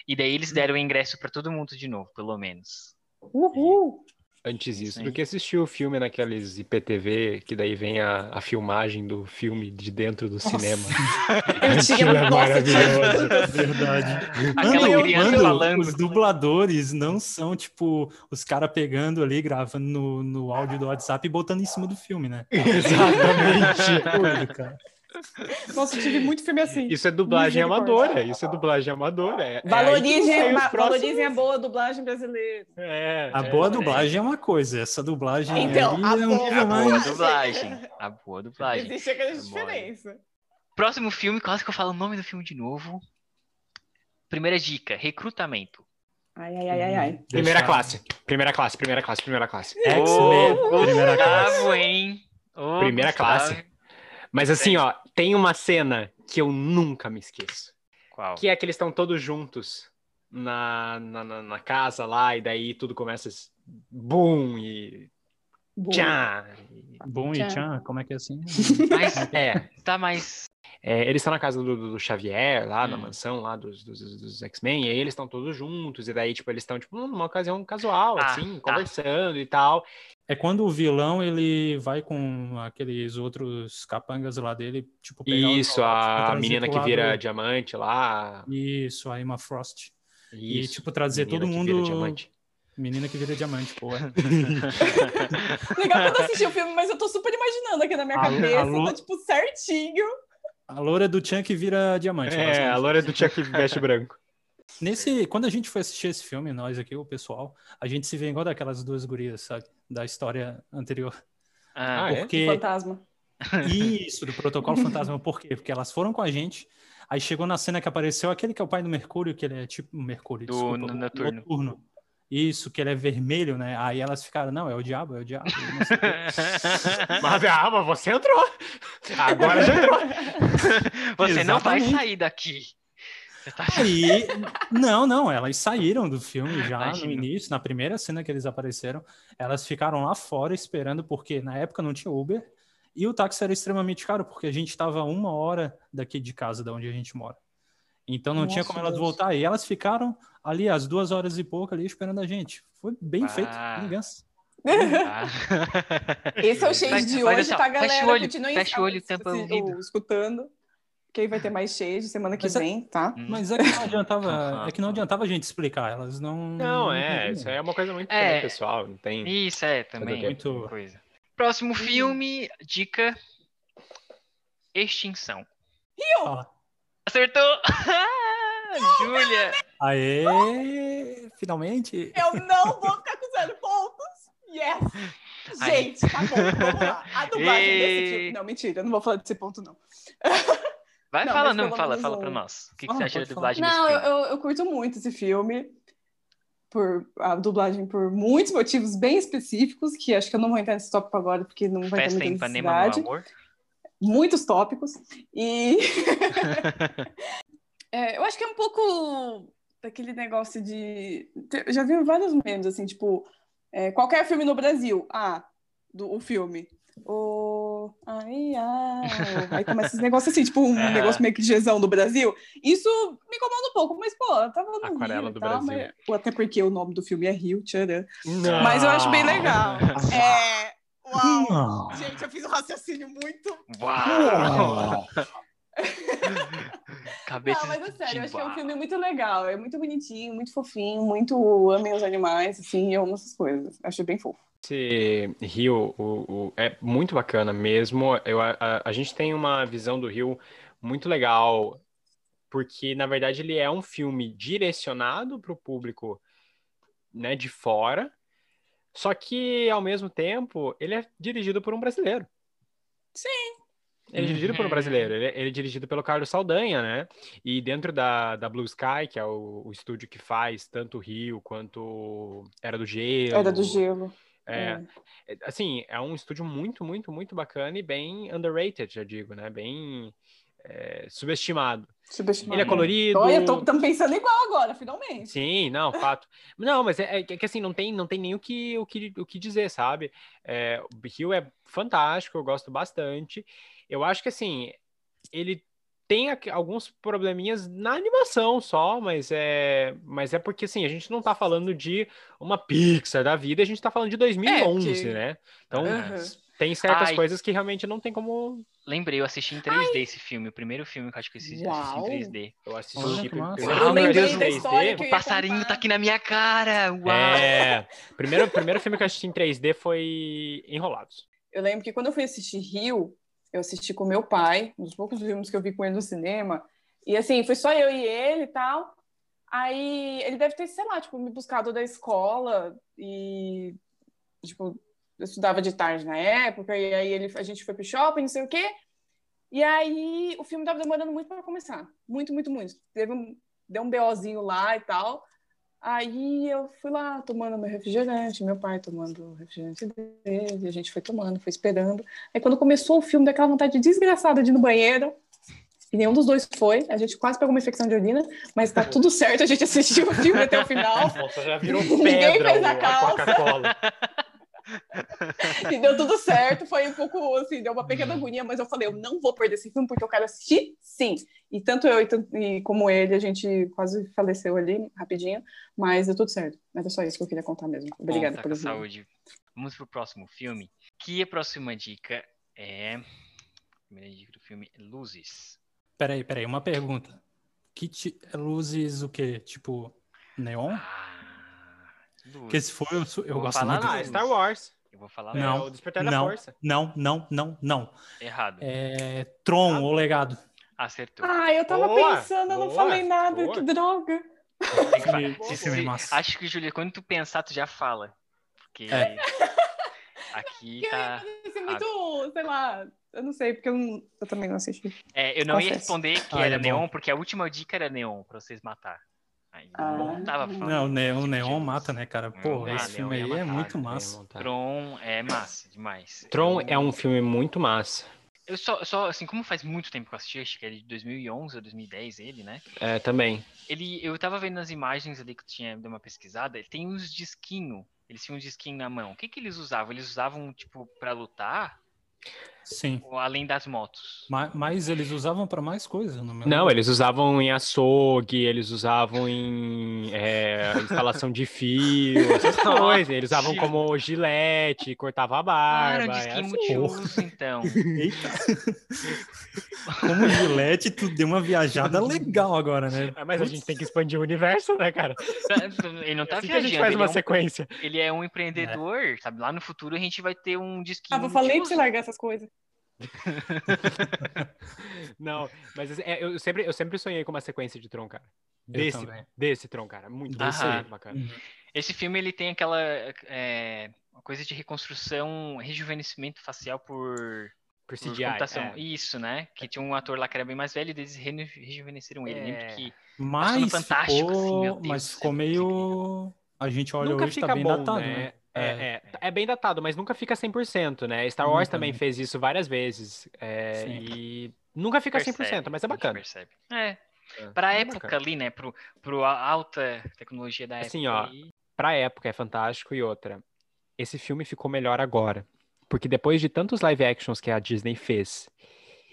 A: E daí
B: Hum.
A: eles deram o ingresso pra todo mundo de novo, pelo menos.
B: (laughs)
C: Uhul!
B: Antes isso,
A: Sim.
B: do que assistir o filme naqueles IPTV, que daí vem a, a filmagem do filme de dentro do
C: Nossa. (laughs)
B: cinema.
C: Eu
B: Aquilo é
C: tinha... Nossa, eu tinha...
B: maravilhoso.
D: Verdade.
A: Aquela
D: Mano,
A: criança
D: mano,
A: falando.
D: Os dubladores não são, tipo, os caras pegando ali, gravando no, no áudio do WhatsApp e botando em cima do
B: (laughs)
D: filme, né?
B: Exatamente.
D: Doido, cara.
C: (laughs) Nossa, eu tive muito filme assim.
B: Isso é dublagem
C: Misericórdia.
B: amadora. Isso é dublagem amadora. É, é aí
A: então
B: que
C: Valorizem,
B: saem os
C: va-
B: próximos.
C: valorizem a boa dublagem brasileira.
B: É,
D: A
B: é,
D: boa
B: é.
D: dublagem é uma coisa, essa dublagem
C: Então,
D: aí
C: a
D: é um
C: boa-
A: A
D: nível mais.
A: boa dublagem. A boa dublagem.
C: Existe aquela
A: Tá bom.
C: diferença.
A: Próximo filme, quase que eu falo o nome do filme de novo. Primeira dica, recrutamento.
C: Ai, ai, ai, ai, ai.
B: Primeira
D: Deixar-
B: classe. Primeira classe, primeira classe, primeira classe.
D: X-Men,
A: Ô,
D: primeira classe.
A: Gustavo, hein? Ô,
B: Primeira
A: Gustavo.
B: classe. Mas assim, ó, tem uma cena que eu nunca me esqueço.
A: Qual?
B: Que é que eles estão todos juntos na, na, na- na casa lá, e daí tudo começa. esse Boom! E.
C: Boa.
B: Tchá! e-
D: Bom e
C: Tchan.
D: tchan, como é que é assim?
A: Mas
B: É,
A: tá mais.
B: é, eles estão na casa do, do- do Xavier, lá na
A: Hum.
B: mansão lá dos, dos, dos X-Men, e aí eles estão todos juntos, e daí, tipo, eles estão, tipo, numa ocasião casual,
A: Ah,
B: assim,
A: tá.
B: conversando e tal.
D: É quando o vilão ele vai com aqueles outros capangas lá dele, tipo pegar os
B: Isso,
D: malucos
B: a
D: pra
B: menina que
D: trazer pro
B: vira
D: lado-
B: diamante lá.
D: Isso, a Emma Frost. E
B: Isso.
D: tipo trazer
B: menina
D: todo
B: que vira (laughs)
D: mundo
B: diamante.
D: menina que vira diamante, pô.
C: Legal quando eu assisti o filme, mas eu tô super imaginando aqui na minha
D: A-
C: cabeça.
D: a Lu-
C: Tá, tipo, certinho.
D: A loura do Chan que vira diamante.
B: É,
D: basicamente.
B: a loura do (laughs) Chuck veste branco.
D: Nesse, quando a gente foi assistir esse filme, nós aqui, o pessoal, a gente se vingou daquelas duas gurias, sabe? Da história anterior.
A: Ah,
B: Ah, é?
D: Porque
A: (laughs)
C: Fantasma.
D: Isso, do Protocolo Fantasma. Por quê? Porque elas foram com a gente. Aí chegou na cena que apareceu aquele que é o pai do Mercúrio, que ele é tipo Mercúrio,
A: Do
D: desculpa,
A: N-
D: o
A: Noturno.
D: Isso, que ele é vermelho, né? Aí elas ficaram, não, é o diabo, é o diabo. não sei o quê.
B: Mas, ah, mas você entrou. Agora já entrou.
A: Você não vai
D: Ah, Exatamente.
A: sair
D: (laughs)
A: daqui. Você tá-
D: Aí, não, não, elas saíram do
B: Ah,
D: filme já
A: Imagino.
D: no início, na primeira cena que eles apareceram, elas ficaram lá fora esperando, porque na época não tinha Uber e o táxi era extremamente caro, porque a gente estava uma hora daqui de casa, da onde a gente mora. Então não tinha
C: Nossa,
D: como elas
C: Deus.
D: voltar. E elas ficaram ali às duas horas e pouco ali esperando a gente. Foi bem
A: Ah.
D: feito,
B: hum.
D: vingança.
A: Ah.
C: Esse é o shade
A: Mas-
C: de
A: mas
C: hoje,
A: olha só,
C: tá,
A: fecha o
C: galera?
A: olho,
C: Continuem
A: fecha o olho,
C: se-
A: tampa o
C: se-
A: ouvido.
C: ou escutando. Que aí vai ter mais shade semana que
D: Mas é-
C: vem, tá?
A: Hum.
D: Mas é que não
B: (laughs)
D: adiantava, é que não adiantava a gente explicar, elas não.
B: Não, é.
D: entendiam.
B: Isso aí é uma coisa muito
A: É.
B: também pessoal. Não tem.
A: Isso é também.
D: Muito-
A: coisa. Próximo filme, dica: Extinção.
D: Fala.
A: Acertou! (laughs) Júlia!
D: Aê! Finalmente!
C: Eu não vou ficar com zero pontos. Yes!
A: Aí.
C: Gente, tá bom, vamos lá. A dublagem desse
A: Ei.
C: tipo. Não, mentira, eu não vou falar desse ponto, não.
A: Vai,
C: Não,
A: fala,
C: mas
A: não,
C: pelo
A: fala,
C: menos
A: fala
C: o-
A: pra nós. O que, que
D: Fala,
A: você acha da
D: pode
A: dublagem desse
C: Não,
A: filme?
C: eu, eu, eu curto muito esse filme. Por a dublagem por muitos motivos bem específicos, que acho que eu não vou entrar nesse tópico agora, porque não vai ter
A: Festa em
C: muita
A: Ipanema, meu
C: necessidade.
A: amor.
C: Muitos tópicos. E (laughs) É, eu acho que é um pouco daquele negócio de. te- Eu já vi vários memes, assim, tipo, é, qualquer filme no Brasil. Ah, do, o filme. O. Ai, ai. Aí começa esse negócio
B: (laughs)
C: assim, tipo, um
B: É.
A: Aham.
C: negócio meio que de do Brasil. Isso me incomoda um pouco, mas, pô, eu tava no
B: Aquarela
C: Rio
B: do
C: e tal,
B: Brasil.
C: mas- ou até porque o nome do filme é Rio, tcharam.
B: Não.
C: Mas eu
B: Ah.
C: acho bem legal.
B: (laughs)
C: É.
D: Não.
C: Gente, eu fiz um raciocínio muito
A: Uau! Cabeça
C: Não, mas é sério, eu acho que é um
A: uau.
C: filme muito legal. É muito bonitinho, muito fofinho, muito amem os animais, assim, eu amo essas coisas. Achei bem fofo.
B: Esse Rio o- o- é muito bacana mesmo. Eu, a, a- a gente tem uma visão do Rio muito legal, porque na verdade ele é um filme direcionado para o público, né, de fora. Só que ao mesmo tempo ele é dirigido por um brasileiro.
C: Sim.
B: Ele é dirigido por um
A: Uhum.
B: brasileiro. Ele, ele é dirigido pelo Carlos Saldanha, né? E dentro da, da Blue Sky, que é o, o estúdio que faz tanto o Rio quanto Era do Gelo.
C: Era do gelo.
B: É, é, assim, é um estúdio muito, muito, muito bacana e bem underrated, eu digo, né? Bem é, subestimado. Ele é colorido.
C: Olha, estamos pensando igual agora, finalmente.
B: Sim, não, fato. Não, mas é, é que é que assim, não tem, não tem nem o que, o que, o que dizer, sabe? É, o Rio é fantástico, eu gosto bastante. Eu acho que assim, ele tem aqu- alguns probleminhas na animação só, mas é, mas é porque assim, a gente não tá falando de uma Pixar da vida, a gente tá falando de 2011,
C: que-
B: né? Então,
C: Aham.
B: tem certas
A: É, Ai.
B: coisas que realmente não tem como
A: Lembrei, eu assisti em 3D esse filme, o primeiro filme que eu acho que eu assisti, assisti
C: Uau.
A: em 3D.
B: eu
D: Olha,
B: assistir.
D: que massa.
B: primeiro
A: Eu
B: filme
A: lembrei
B: assisti
A: da
B: em
C: história
B: 3D.
C: que eu
A: O
C: ia
A: passarinho tá
C: contar.
A: aqui na minha cara! Uau!
B: É, primeiro, primeiro filme que eu assisti em 3D foi Enrolados.
C: Eu lembro que quando eu fui assistir Rio, eu assisti com meu pai, um dos poucos filmes que eu vi com ele no cinema. E assim, foi só eu e ele e tal. Aí ele deve ter, sei lá, tipo, me buscado da escola e, tipo, eu estudava de tarde na época, e aí ele, a gente foi pro shopping, não sei o quê. E aí o filme tava demorando muito para começar. Muito, muito, muito. Teve um, deu um BOzinho lá e tal. Aí eu fui lá tomando meu refrigerante, meu pai tomando o refrigerante dele, a gente foi tomando, foi esperando. Aí quando começou o filme, daquela vontade desgraçada de ir no banheiro, e nenhum dos dois foi, a gente quase pegou uma infecção de urina, mas tá tudo certo, a gente assistiu o filme até o final
B: Nossa, já virou
C: Ninguém
B: pedra
C: fez a
B: o- a
C: calça.
B: (laughs) Coca-Cola.
C: (laughs) e deu tudo certo. Foi um pouco assim, deu uma pequena
B: Uhum.
C: agonia, mas eu falei, eu não vou perder esse filme porque eu quero assistir sim. E tanto eu e, tan- e como ele, a gente quase faleceu ali rapidinho, mas deu tudo certo. Mas é só isso que eu queria contar mesmo.
A: Bom,
C: Obrigada
A: tá com
C: por ouvir.
A: saúde. Vamos pro próximo filme, que a próxima dica é... A primeira dica do filme é Luzes.
D: Peraí, peraí, uma pergunta. Que ti- luzes o quê? Tipo, neon?
A: Ah, Luzes.
D: Porque se for, eu, sou- eu
A: Vou
D: gosto
A: falar
D: muito.
A: nada.
B: Ah, Star Wars.
A: Eu vou falar
D: Não,
B: É, o Despertar da
D: não.
B: Força.
D: Não, não, não, não.
A: errado.
D: É Tron,
A: Ah,
D: o legado.
A: Acertou.
C: Ah, eu tava
B: Boa,
C: pensando, eu não
B: boa,
C: falei nada,
B: boa.
C: que droga.
A: Tem que falar.
D: Esse
A: Se-
D: filme é
A: se-
D: massa.
A: Acho que, Julia, quando tu pensar, tu já fala. Porque
D: É.
A: Aqui
C: (laughs) Que
A: tá.
C: Isso é muito, sei lá, eu não sei, porque eu, não- eu também não assisti.
A: É, eu não ia
C: Confesso.
A: responder que
D: Ah,
A: era
D: é bom.
A: neon, porque a última dica era neon, pra vocês matar. Aí
C: Ah.
A: não tava falando.
D: Não, o Neon,
A: de
D: Neon
A: títulos.
D: mata, né, cara?
B: Ah,
A: Não
D: Porra,
A: dá,
D: esse
A: Neon
D: filme
A: ia
D: aí é
A: matar,
D: muito
A: né?
D: massa.
A: Tron é massa demais.
B: Tá. Tron
A: Eu-
B: é um filme muito massa.
A: Eu só, só, assim, como faz muito tempo que eu assisti, acho que é de 2011 ou 2010 ele, né?
B: É, também.
A: Ele, eu tava vendo as imagens ali que eu tinha deu uma pesquisada, ele tem uns disquinho. Eles tinham uns disquinho na mão. O que que eles usavam? Eles usavam, tipo, pra lutar,
D: Sim.
A: ou além das motos?
D: Ma- Mas eles usavam pra mais coisa, não me lembro.
B: Não, é- eles usavam em açougue, eles usavam em é, instalação de fio, essas coisas. Eles usavam como gilete, cortava a
A: Ah,
B: barba.
A: era um
B: é
A: disquinho
B: assim.
A: multiuso,
D: (laughs)
A: então.
D: Eita. Como Gillette, tu deu uma viajada legal agora, né?
A: É,
B: Ah, Mas a gente tem que expandir o universo, né, cara?
A: Ele não
B: É
A: tá
B: assim que a
A: viajando,
B: gente faz
A: ele,
B: uma
A: é um,
B: sequência.
A: ele
B: Né?
A: é um empreendedor, sabe? Lá no futuro a gente vai ter um disquinho
C: Ah, eu
B: Hum.
C: falei pra você
A: multiuso.
C: largar essas coisas.
B: (laughs) Não, mas é, eu, sempre, eu sempre sonhei com uma sequência de Tron, cara.
D: Eu
B: Desse,
D: também.
B: desse Tron, cara. Muito,
A: Desse
B: muito
A: aí.
D: Hum,
B: bacana.
A: Esse filme, ele tem aquela é, uma coisa de reconstrução, rejuvenescimento facial por... por
B: Por CGI.
A: computação.
B: é.
A: Isso, né? Que tinha um ator lá que era bem mais velho e eles rene- rejuvenesceram ele.
B: É.
A: Lembro que Passando
D: Mas
A: fantástico, assim, meu
D: ficou,
A: Deus,
D: mas
A: isso é
D: ficou
A: muito
D: meio... A gente olha
B: nunca
D: hoje,
B: fica
D: tá bem
B: bom,
D: datado,
B: né?
D: né?
B: É, é, é bem datado, mas nunca fica 100%, né? Star Wars
D: Nunca,
B: também
D: nunca.
B: fez isso várias vezes. é,
D: Sim.
B: e nunca fica 100%, mas é
A: a gente
B: bacana.
A: Percebe. É.
B: É,
A: Pra
B: é
A: época
B: bacana.
A: ali, né? Pro, pro a- alta tecnologia da
B: Assim,
A: época.
B: ó.
A: aí,
B: Pra época é fantástico e outra. Esse filme ficou melhor agora. Porque depois de tantos live actions que a Disney fez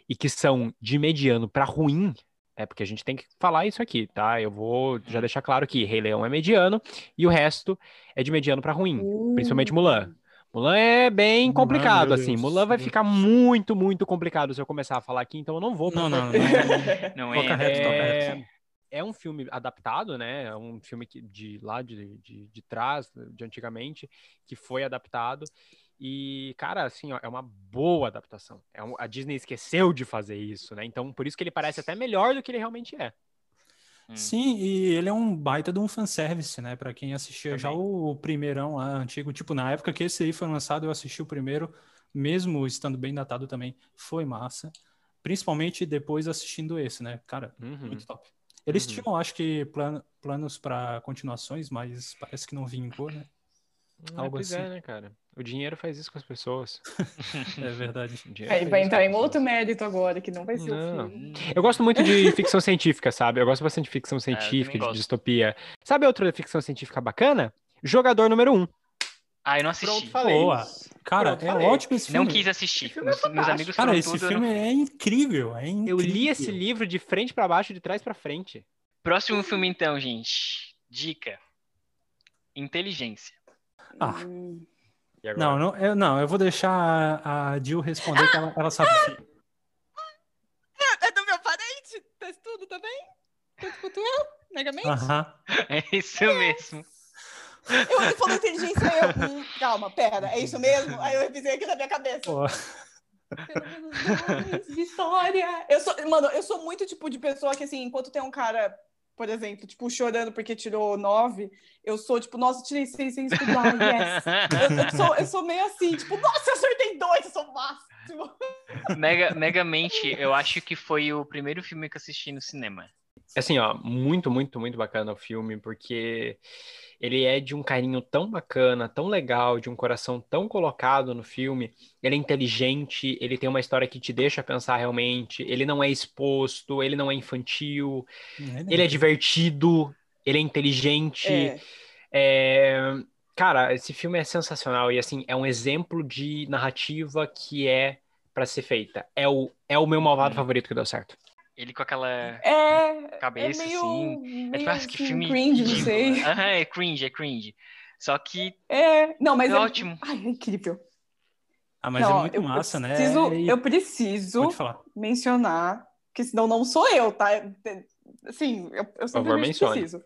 B: e que são de mediano pra ruim, é porque a gente tem que falar isso aqui, tá? Eu vou já deixar claro que Rei Leão é mediano e o resto é de mediano pra ruim. Hum, Principalmente Mulan. Mulan é bem
D: Mulan,
B: complicado,
D: Ah, meu
B: assim.
D: Deus.
B: Mulan vai ficar muito, muito complicado se eu começar a falar aqui, então eu não vou.
D: Não, não, não.
A: Não
D: Toca
A: é.
D: reto, toca reto.
B: É, é um filme adaptado, né? É um filme que, de lá de, de, de trás, de antigamente, que foi adaptado. E, cara, assim, ó, é uma boa adaptação. É um- a Disney esqueceu de fazer isso, né? Então, por isso que ele parece até melhor do que ele realmente é.
A: Hum.
D: (laughs) Sim, e ele é um baita de um fanservice, né? Pra quem assistia já
A: Também.
D: o primeirão lá, antigo. Tipo, na época que esse aí foi lançado, eu assisti o primeiro, mesmo estando bem datado também, foi massa. Principalmente depois assistindo esse, né? Cara, muito top. Eles
B: Uhum.
D: tinham, acho que, plan- planos pra continuações, mas parece que não vingou, né?
B: É,
D: Algo
B: pois
D: assim.
B: é, né, cara? O dinheiro faz isso com as pessoas.
D: É verdade.
B: O dinheiro
C: Aí
B: faz
C: vai
B: isso com
C: entrar
B: as
C: em outro
B: pessoas.
C: mérito agora, que não vai ser
B: é Não.
C: o
A: Hum.
C: filme.
B: Eu gosto muito de (laughs) ficção científica, sabe? Eu gosto bastante de
D: É,
B: ficção científica, de
A: gosto.
B: distopia. Sabe outra ficção científica bacana? Jogador número um.
A: Ah, eu não assisti.
B: Pronto, falei.
D: Boa. Cara,
B: Pronto,
D: é
B: falei.
D: ótimo esse
A: não
D: filme.
A: quis assistir.
B: filme é
A: Meus, meus amigos
D: Cara,
A: um foram
D: esse
A: tudo, né? eu não
D: filme
A: fui.
D: é incrível, é
B: Eu li esse
D: incrível.
B: livro de frente pra baixo, de trás pra frente.
A: Próximo filme, então, gente. Dica. Inteligência. (laughs)
D: Ah.
C: Hum.
B: E agora?
D: Não, não, eu, não, eu vou deixar a, a Jill responder que ela, ela sabe. sim.
C: (laughs) É do meu parente? Faz tudo também? Tudo quanto eu? Megamente?
D: Aham.
A: É isso mesmo.
C: Eu, ele falou inteligência, eu. hum, calma, pera, é isso mesmo? Aí eu revisei aqui na minha cabeça.
D: Pô,
C: Pelo menos dois, Vitória! Eu sou, mano, eu sou muito tipo de pessoa que, assim, enquanto tem um cara, por exemplo, tipo, chorando porque tirou nove, eu sou tipo, nossa, tirei seis sem estudar,
A: (laughs)
C: yes! Eu, eu sou, eu sou meio assim, tipo, nossa, eu acertei dois, eu sou o máximo!
A: Mega, Megamente, eu acho que foi o primeiro filme que eu assisti no cinema.
B: Assim, ó, muito, muito, muito bacana o filme, porque ele é de um carinho tão bacana, tão legal, de um coração tão colocado no filme. Ele é inteligente, ele tem uma história que te deixa pensar realmente, ele não é exposto, ele não é infantil, ele é divertido, ele é inteligente.
C: É,
B: É, Cara, esse filme é sensacional e assim, é um exemplo de narrativa que é pra ser feita. É o, é o meu malvado favorito que deu certo.
A: Ele com aquela
C: é, é
A: cabeça
C: meio,
A: assim.
C: meio
A: É tipo, ah, que
C: assim,
A: filme
C: cringe, não
A: ridículo.
C: sei.
A: Aham, é cringe, é cringe. Só que
C: É, não, mas
A: é ótimo.
C: (laughs) Ai, é incrível.
D: Ah, mas
C: Não,
D: é muito
C: eu
D: massa, né?
C: preciso-
D: E-
C: Eu preciso
D: Pode falar.
C: mencionar, porque senão não sou eu, tá? Sim, eu, eu simplesmente
B: mencione.
C: preciso.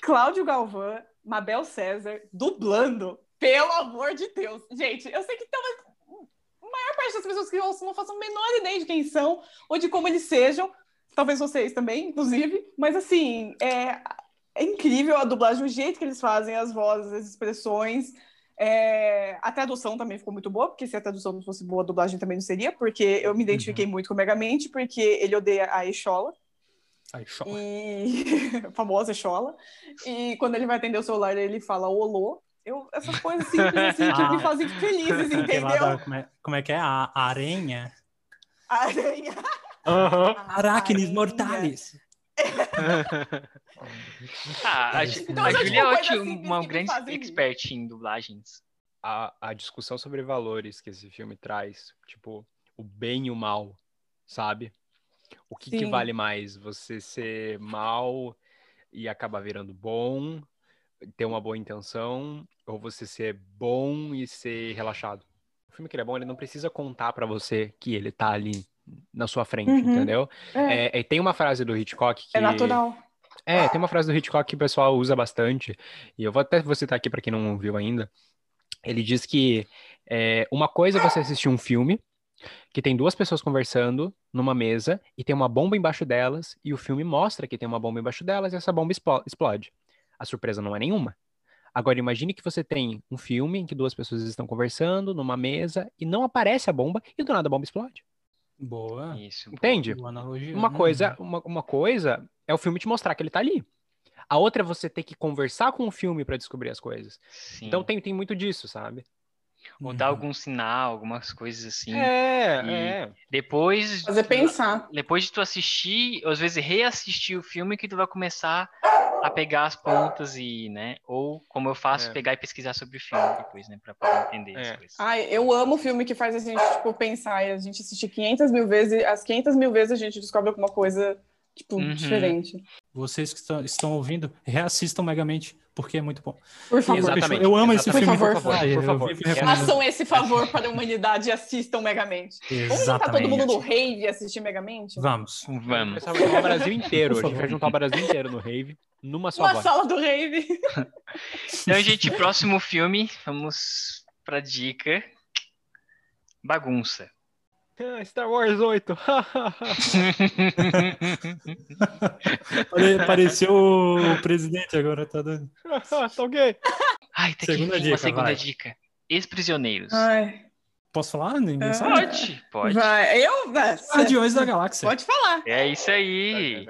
C: Cláudio Galvão, Mabel César, dublando. Pelo amor de Deus. Gente, eu sei que tem uma- a maior parte das pessoas que ouçam não façam a menor ideia de quem são ou de como eles sejam. Talvez vocês também, inclusive. Mas assim, é, é incrível a dublagem, o jeito que eles fazem, as vozes, as expressões. É, a tradução também ficou muito boa, porque se a tradução não fosse boa, a dublagem também não seria, porque eu me identifiquei muito com o Megamente, porque ele odeia a Exola,
D: Ai, choca.
C: e (laughs) a famosa Exola, e quando ele vai atender o celular, ele fala olô. Eu, essas coisas simples assim que
D: Ah.
C: me fazem felizes,
D: Aquele lá da-
C: entendeu?
D: como, é, como é que é? A a aranha?
C: (laughs) Aranha.
B: Aham.
D: Aracnis
C: Aranha.
D: mortalis.
A: Ah, a, Ju-
D: Então,
A: a
D: são, tipo,
A: Júlia é
C: coisas
A: ótima,
C: simples
A: uma
C: assim que me
A: grande
C: fazem rir.
A: expert em dublagens.
B: a, a discussão sobre valores que esse filme traz, tipo, o bem e o mal, sabe? O que, que
C: Sim.
B: vale mais? Você ser mal e acabar virando bom, ter uma boa intenção, ou você ser bom e ser relaxado? O filme que ele é bom, ele não precisa contar pra você que ele tá ali na sua frente,
C: Uhum.
B: entendeu?
C: É,
B: É, é, tem uma frase do Hitchcock que
C: é natural.
B: é, tem uma frase do Hitchcock que o pessoal usa bastante, e eu vou até vou citar aqui pra quem não viu ainda. Ele diz que é, uma coisa é você assistir um filme que tem duas pessoas conversando numa mesa e tem uma bomba embaixo delas, e o filme mostra que tem uma bomba embaixo delas e essa bomba explo- explode. A surpresa não é nenhuma. Agora imagine que você tem um filme em que duas pessoas estão conversando numa mesa e não aparece a bomba e do nada a bomba explode.
C: Ah,
D: Boa.
A: Isso.
C: então,
B: Entende?
D: Boa analogia.
B: Uma
D: Hum.
B: coisa, uma, uma coisa é o filme te mostrar que ele tá ali. A outra é você ter que conversar com o filme pra descobrir as coisas.
A: Sim.
B: Então tem, tem muito disso, sabe?
A: Ou dar
D: Uhum.
A: algum sinal, algumas coisas assim.
B: É,
A: E-
B: é.
A: Depois.
C: Fazer pensar.
A: Depois de tu assistir, às vezes reassistir o filme, que tu vai começar a pegar as pontas e, né? Ou, como eu faço,
B: É.
A: pegar e pesquisar sobre o filme depois, né? Pra poder entender
B: É.
A: as coisas.
C: Ai, eu amo filme que faz a gente, tipo, pensar e a gente assistir 500 mil vezes, e as 500 mil vezes a gente descobre alguma coisa, tipo,
A: Uhum.
C: diferente.
D: Vocês que estão, estão ouvindo, reassistam Megamente, porque é muito bom.
C: Por favor.
B: Exatamente.
D: Eu amo esse
B: exatamente.
D: filme.
C: Por
B: favor,
D: Ah,
B: por
D: eu
B: favor.
D: vivo
B: É.
D: recomendando.
C: Façam esse favor para a humanidade e assistam Megamente. Vamos juntar tá todo mundo no rave e assistir Megamente?
D: Vamos.
A: Vamos.
B: Começar a juntar o Brasil inteiro. A
D: Por
B: gente vai
D: favor.
B: juntar o Brasil inteiro no rave, numa só
C: Uma
B: voz.
C: sala do rave.
D: (laughs)
A: Então, gente, próximo filme, vamos pra dica. Bagunça.
B: Ah, Star Wars (laughs) Tá 8.
D: Pare- Pareceu o presidente agora, tá dando.
B: tá ok.
A: Ai, tem
D: Segunda
A: que vir
D: dica,
A: uma segunda
D: vai. Ah,
A: dica. Ex-prisioneiros.
C: Ai,
D: Posso falar? Ninguém
C: É.
D: sabe.
A: Pode, pode.
C: vai. Eu. vai.
D: Guardiões da Galáxia.
C: Pode falar.
A: É isso aí.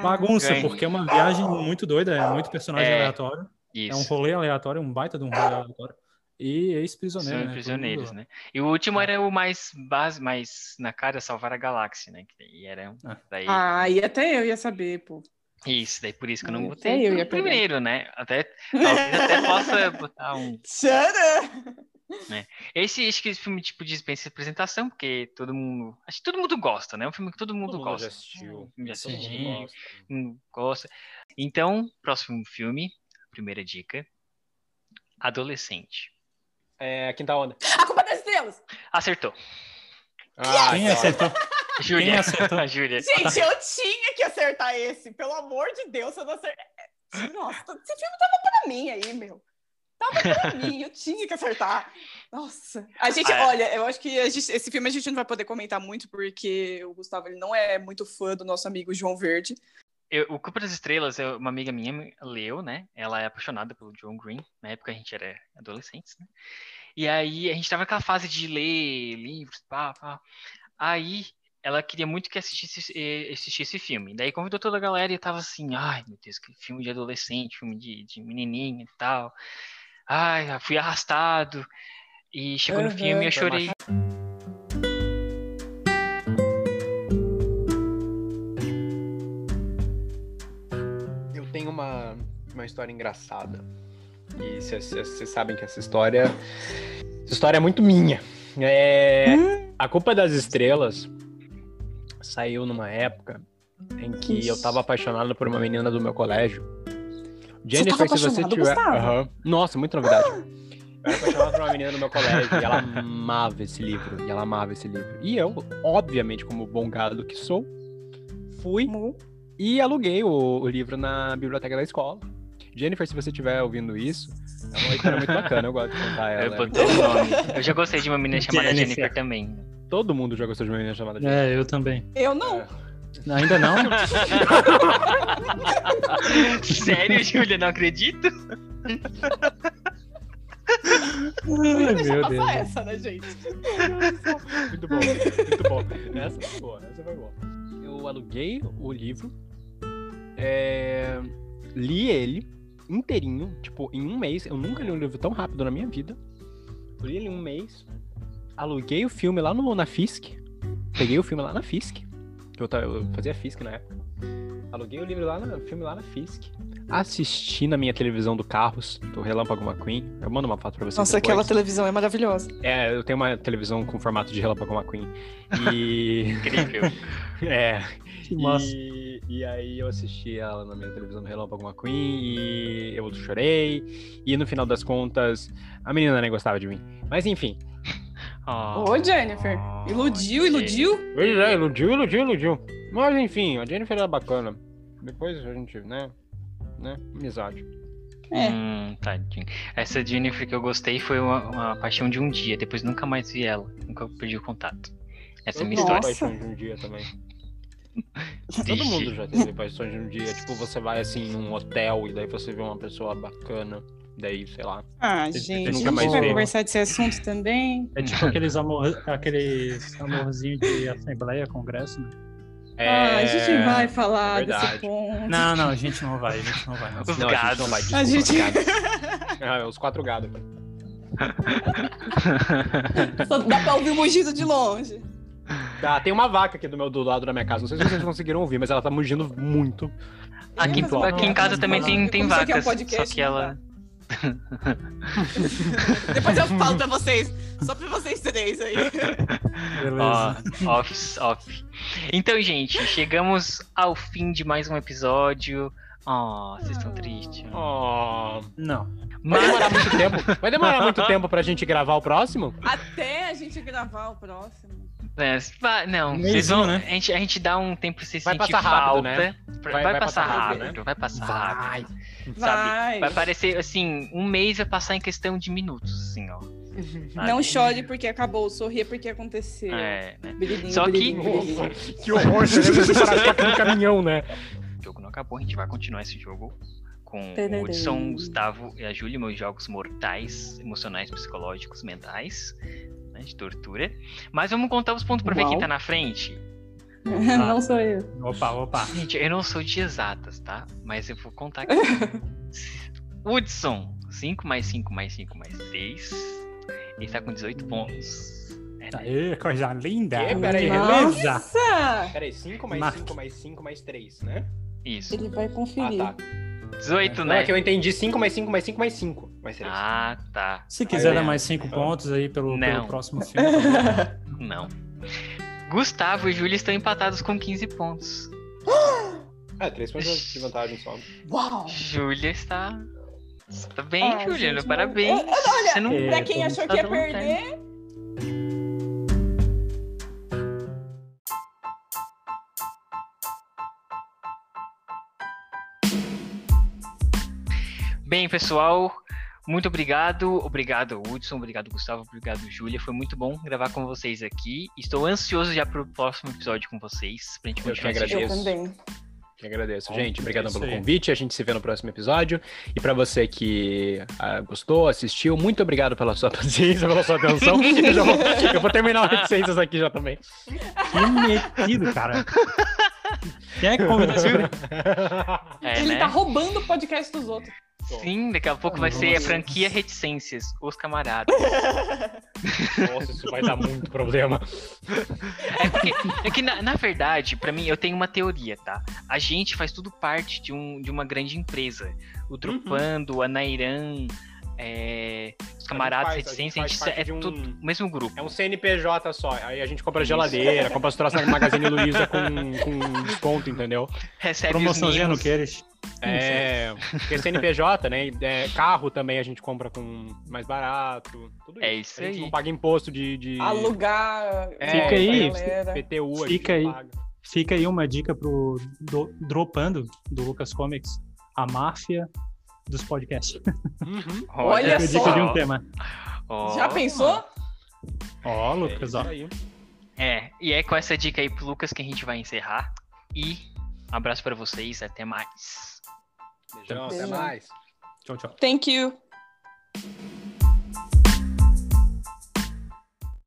D: Bagunça,
A: Ganhei.
D: porque é uma viagem muito doida, é muito personagem
A: É,
D: aleatório. É um
A: Isso.
D: rolê aleatório, um baita de um rolê aleatório. E ex-prisioneiro,
A: São
D: né?
A: prisioneiros,
D: Todo mundo- É.
A: né? E o último era o mais base, mais na cara salvar a galáxia, né? Que daí era um-
D: Ah.
A: daí- um
C: Ah, e até eu ia saber, pô.
A: isso, daí por isso que eu não
C: Até
A: botei
C: é, eu ia
A: o
C: pegar.
A: primeiro, né? Até talvez
C: (laughs)
A: até possa botar um.
C: Tcharam!
A: Esse acho que esse filme tipo dispensa apresentação, porque todo mundo, acho que todo mundo gosta, né? É um filme que todo mundo,
B: Todo mundo já
A: gosta.
B: assistiu.
A: Já
D: Sim.
A: assisti, hum, gosta. Então, próximo filme, primeira dica. Adolescente.
B: É, Quinta Onda.
C: A culpa das estrelas!
A: Acertou.
B: Ah,
D: Quem é
B: tá.
D: acertou?
A: Júlia. (laughs)
D: acertou?
A: Júlia.
C: Gente, eu tinha que acertar esse. Pelo amor de Deus, eu não acertei. Nossa, esse filme tava pra mim aí, meu. Tava pra mim, eu tinha que acertar. Nossa. A gente,
A: Ah, é.
C: olha, eu acho que a gente- esse filme a gente não vai poder comentar muito, porque o Gustavo ele não é muito fã do nosso amigo João Verde.
A: Eu- o Culpa das Estrelas, eu- uma amiga minha me- leu, né? Ela é apaixonada pelo John Green. Na época a gente era adolescentes, né? E aí a gente tava naquela fase de ler livros, pá, pá. Aí ela queria muito que assistisse, esse- eh, assistisse esse filme. Daí convidou toda a galera e eu tava assim, ai meu Deus, que filme de adolescente, filme de, de menininha e tal. Ai, eu fui arrastado. E chegou no
C: Aham.
A: filme e eu
B: Foi
A: chorei.
B: Eu tenho uma, uma história engraçada. E vocês sabem que essa história. Essa história é muito minha. É,
C: Hum.
B: A Culpa das Estrelas saiu numa época em que eu tava apaixonado por uma menina do meu colégio. Jennifer,
C: tava
B: se você
C: apaixonado, Ah.
B: tiver.
C: Gustavo?
B: Aham. Nossa, muito novidade. Eu era apaixonado por uma menina do meu colégio e ela amava esse livro. E ela amava esse livro. E eu, obviamente, como bom gado que sou, fui e aluguei o, o livro na biblioteca da escola. Jennifer, se você estiver ouvindo isso, é uma história muito bacana, eu gosto de contar ela.
A: Eu botei o nome. Eu já gostei de uma menina chamada
D: Jennifer.
A: Jennifer também. (laughs)
B: Todo mundo já gostou de uma menina chamada Jennifer.
D: É, eu também.
C: Eu não.
D: Ainda não? (laughs)
A: Sério, Júlia, não acredito.
C: Não
D: Ai,
C: deixa
D: meu
C: passar
D: Deus.
C: essa, né, gente?
B: Muito bom, muito bom. Essa foi boa, essa foi boa. Eu aluguei o livro, é, li ele inteirinho, tipo, em um mês. Eu nunca li um livro tão rápido na minha vida. Eu li ele em um mês. Aluguei o filme lá no, na FISC. Peguei o filme lá na FISC. que Eu, tava- eu fazia FISC na época. Aluguei o livro lá na, o filme lá na FISC. Assisti na minha televisão do Carros, do Relâmpago McQueen. Eu mando uma foto pra vocês.
C: Nossa,
B: depois.
C: aquela televisão é maravilhosa.
B: É, eu tenho uma televisão com formato de relâmpago McQueen. (laughs) E.
A: Incrível.
B: é.
D: Que massa.
B: E, e aí eu assisti ela na minha televisão do Relâmpago McQueen e eu chorei. E no final das contas, a menina nem gostava de mim. Mas enfim.
A: Oh.
C: Ô, Jennifer. Iludiu, iludiu?
B: Pois é, iludiu, iludiu, iludiu. Mas enfim, a Jennifer era bacana. Depois a gente, né? Né? Amizade.
C: É.
A: Hum, tadinho. Essa Jennifer que eu gostei foi uma, uma paixão de um dia, depois nunca mais vi ela, nunca perdi o contato. Essa é a minha
B: Todo mundo
A: história.
B: tem paixões de um dia
A: (laughs)
B: também. Todo
A: Triste.
B: mundo já teve paixões de um dia. Tipo, você vai assim num hotel e daí você vê uma pessoa bacana. Daí, sei lá.
C: Ah,
D: Você
C: gente, a
B: nunca
C: gente
B: mais
C: vai
B: vê.
C: conversar desse assunto também.
D: É tipo aqueles, amor, aqueles amorzinho de assembleia, congresso, né?
B: É...
C: Ah, a gente vai
B: é
C: falar desse
B: verdade.
C: ponto.
D: Não, não, a gente não vai, a gente não vai. Não.
A: Os
B: Não, a gente não vai,
A: gados.
B: desculpa,
C: A gente- (laughs)
B: gado. Ah, os quatro gados.
C: Só dá pra ouvir o mugido de longe.
B: Tá, tem uma vaca aqui do meu do lado da minha casa. Não sei se vocês conseguiram ouvir, mas ela tá mugindo muito.
A: Aqui,
B: Mas eu
A: aqui em
B: não-
A: casa
B: não-
A: também
B: não-
A: tem, tem
C: como isso aqui é um
A: vacas,
C: podcast,
A: só que
C: não
A: ela...
C: Depois eu falo pra vocês. Só pra vocês três
A: (laughs)
C: aí.
A: Ó,
D: Beleza.
A: off, off. Então, gente, chegamos ao fim de mais um episódio. Oh, vocês estão tristes.
B: Oh,
D: Não.
B: vai
A: Mas
B: demorar muito tempo. Vai demorar muito tempo pra gente gravar o próximo?
C: Até a gente gravar o próximo.
A: É, se pá- não,
D: Meizinho,
A: vocês vão.
D: (laughs) né?
A: A, gente, a gente dá um tempo pra vocês
B: Vai
A: sentir
B: passar rápido,
A: falta.
B: né?
A: Pra-
B: Vai-
A: Vai,
B: vai
A: passar
B: passar
A: rápido,
B: rápido, né?
A: vai passar
B: Vai.
A: rápido. Sabe?
C: Vai.
A: Vai parecer assim, um mês vai passar em questão de minutos, assim, ó.
C: Não
A: Sabe?
C: chore porque acabou, sorria porque aconteceu.
A: É, né?
C: Brilhinho,
A: Só que-
C: brilhinho, brilhinho.
B: (laughs) Que horror, você deve parar de tocar no caminhão, né?
A: O jogo não acabou, a gente vai continuar esse jogo com
C: Tadadã.
A: o Hudson, o Gustavo e a eh, Júlia, meus jogos mortais, emocionais, psicológicos, mentais, né, de tortura. Mas vamos contar os pontos pra ver
C: Uau.
A: quem tá na frente.
C: (laughs) Não sou eu.
D: Opa, opa.
A: Gente, eu não sou de exatas, tá? Mas eu vou contar
B: (laughs)
A: aqui. Hudson, 5 mais 5 mais 5 mais 6. Ele tá com 18 pontos. É, né?
D: Aê, Tá coisa linda.
B: Que peraí,
A: Tá.
D: Beleza.
C: Nossa!
B: Peraí, 5
D: mais Marque. cinco
B: mais 5 mais 3, né? Ah, tá.
A: Isso.
C: Ele vai conferir.
A: Ah, tá. 18,
B: Não, é
A: né?
B: que eu entendi 5 mais 5 mais 5 mais 5. Mais 3.
A: Ah, tá.
D: Se quiser
B: Aí,
D: dar
B: né?
D: mais cinco pontos aí pelo, pelo
A: Não.
D: próximo filme. tá bom.
A: Não. Gustavo e Júlia estão empatados com 15 pontos.
B: É, 3 pontos de vantagem só.
C: Uau!
A: Júlia está. Tá bem,
C: Ah,
A: Júlia.
C: gente,
A: Parabéns.
C: não- Olha,
A: Você não...
D: É,
C: pra quem
D: todo
C: achou
A: mundo
C: que
A: tá
C: ia
A: dando
C: perder,
A: Bem, pessoal, muito obrigado. Obrigado, Hudson. Obrigado, Gustavo. Obrigado, Júlia. Foi muito bom gravar com vocês aqui. Estou ansioso já pro próximo episódio com vocês. Pra gente
B: Eu que
A: continuar esse
B: agradeço.
A: jogo.
C: eu também.
B: Que agradeço,
D: Bom,
B: gente. Obrigado
D: é isso
B: pelo
D: aí.
B: convite. A gente se vê no próximo episódio. E pra você que ah, gostou, assistiu, muito obrigado pela sua (laughs) paciência, pela sua atenção. eu, já vou, eu vou terminar o reticências aqui já também.
D: Que metido, (laughs) cara. Quem é que convidou esse cara?
A: É,
C: Ele
A: né?
C: tá roubando o podcast dos outros.
A: Sim, daqui a pouco vai ser a
D: Nossa.
A: franquia Reticências, Os Camaradas.
B: (laughs) Nossa, isso vai dar muito problema.
A: É, porque, é que, na, na verdade, pra mim, eu tenho uma teoria, tá? A gente faz tudo parte de, um, de uma grande empresa. O Drupando, a Nairan, é, os camaradas
B: faz- Uhum. a gente
A: Reticências, a gente
B: faz parte
A: é
B: de um-
A: tudo o mesmo grupo.
B: É um CNPJ só. Aí a gente compra geladeira, compra os troços na Magazine Luiza com,
A: (laughs)
B: com desconto, entendeu?
A: Recebe os
D: Promoçãozinha no
A: mimos.
D: Queires.
B: É. Porque CNPJ, né? é, carro também a gente compra com mais barato. Tudo isso.
A: É isso
B: a gente
A: aí.
B: não paga imposto de. de...
C: Alugar.
B: É,
C: pra
D: Fica aí.
C: galera.
B: PTU a
D: Fica
B: gente não
D: aí.
B: paga.
D: Fica aí uma dica pro do- Dropando, do Lucas Comics, a máfia dos podcasts.
B: Uhum.
C: Olha
D: Fica a dica
C: só.
D: de um tema.
A: Ó.
C: Já pensou?
D: Ó,
B: É
D: Lucas,
B: isso
D: ó.
B: aí.
A: É, e é com essa dica aí pro Lucas que a gente vai encerrar. E um abraço pra vocês, até mais.
B: Beijão, até
C: Beijão.
B: mais.
D: Tchau, tchau.
C: Thank you.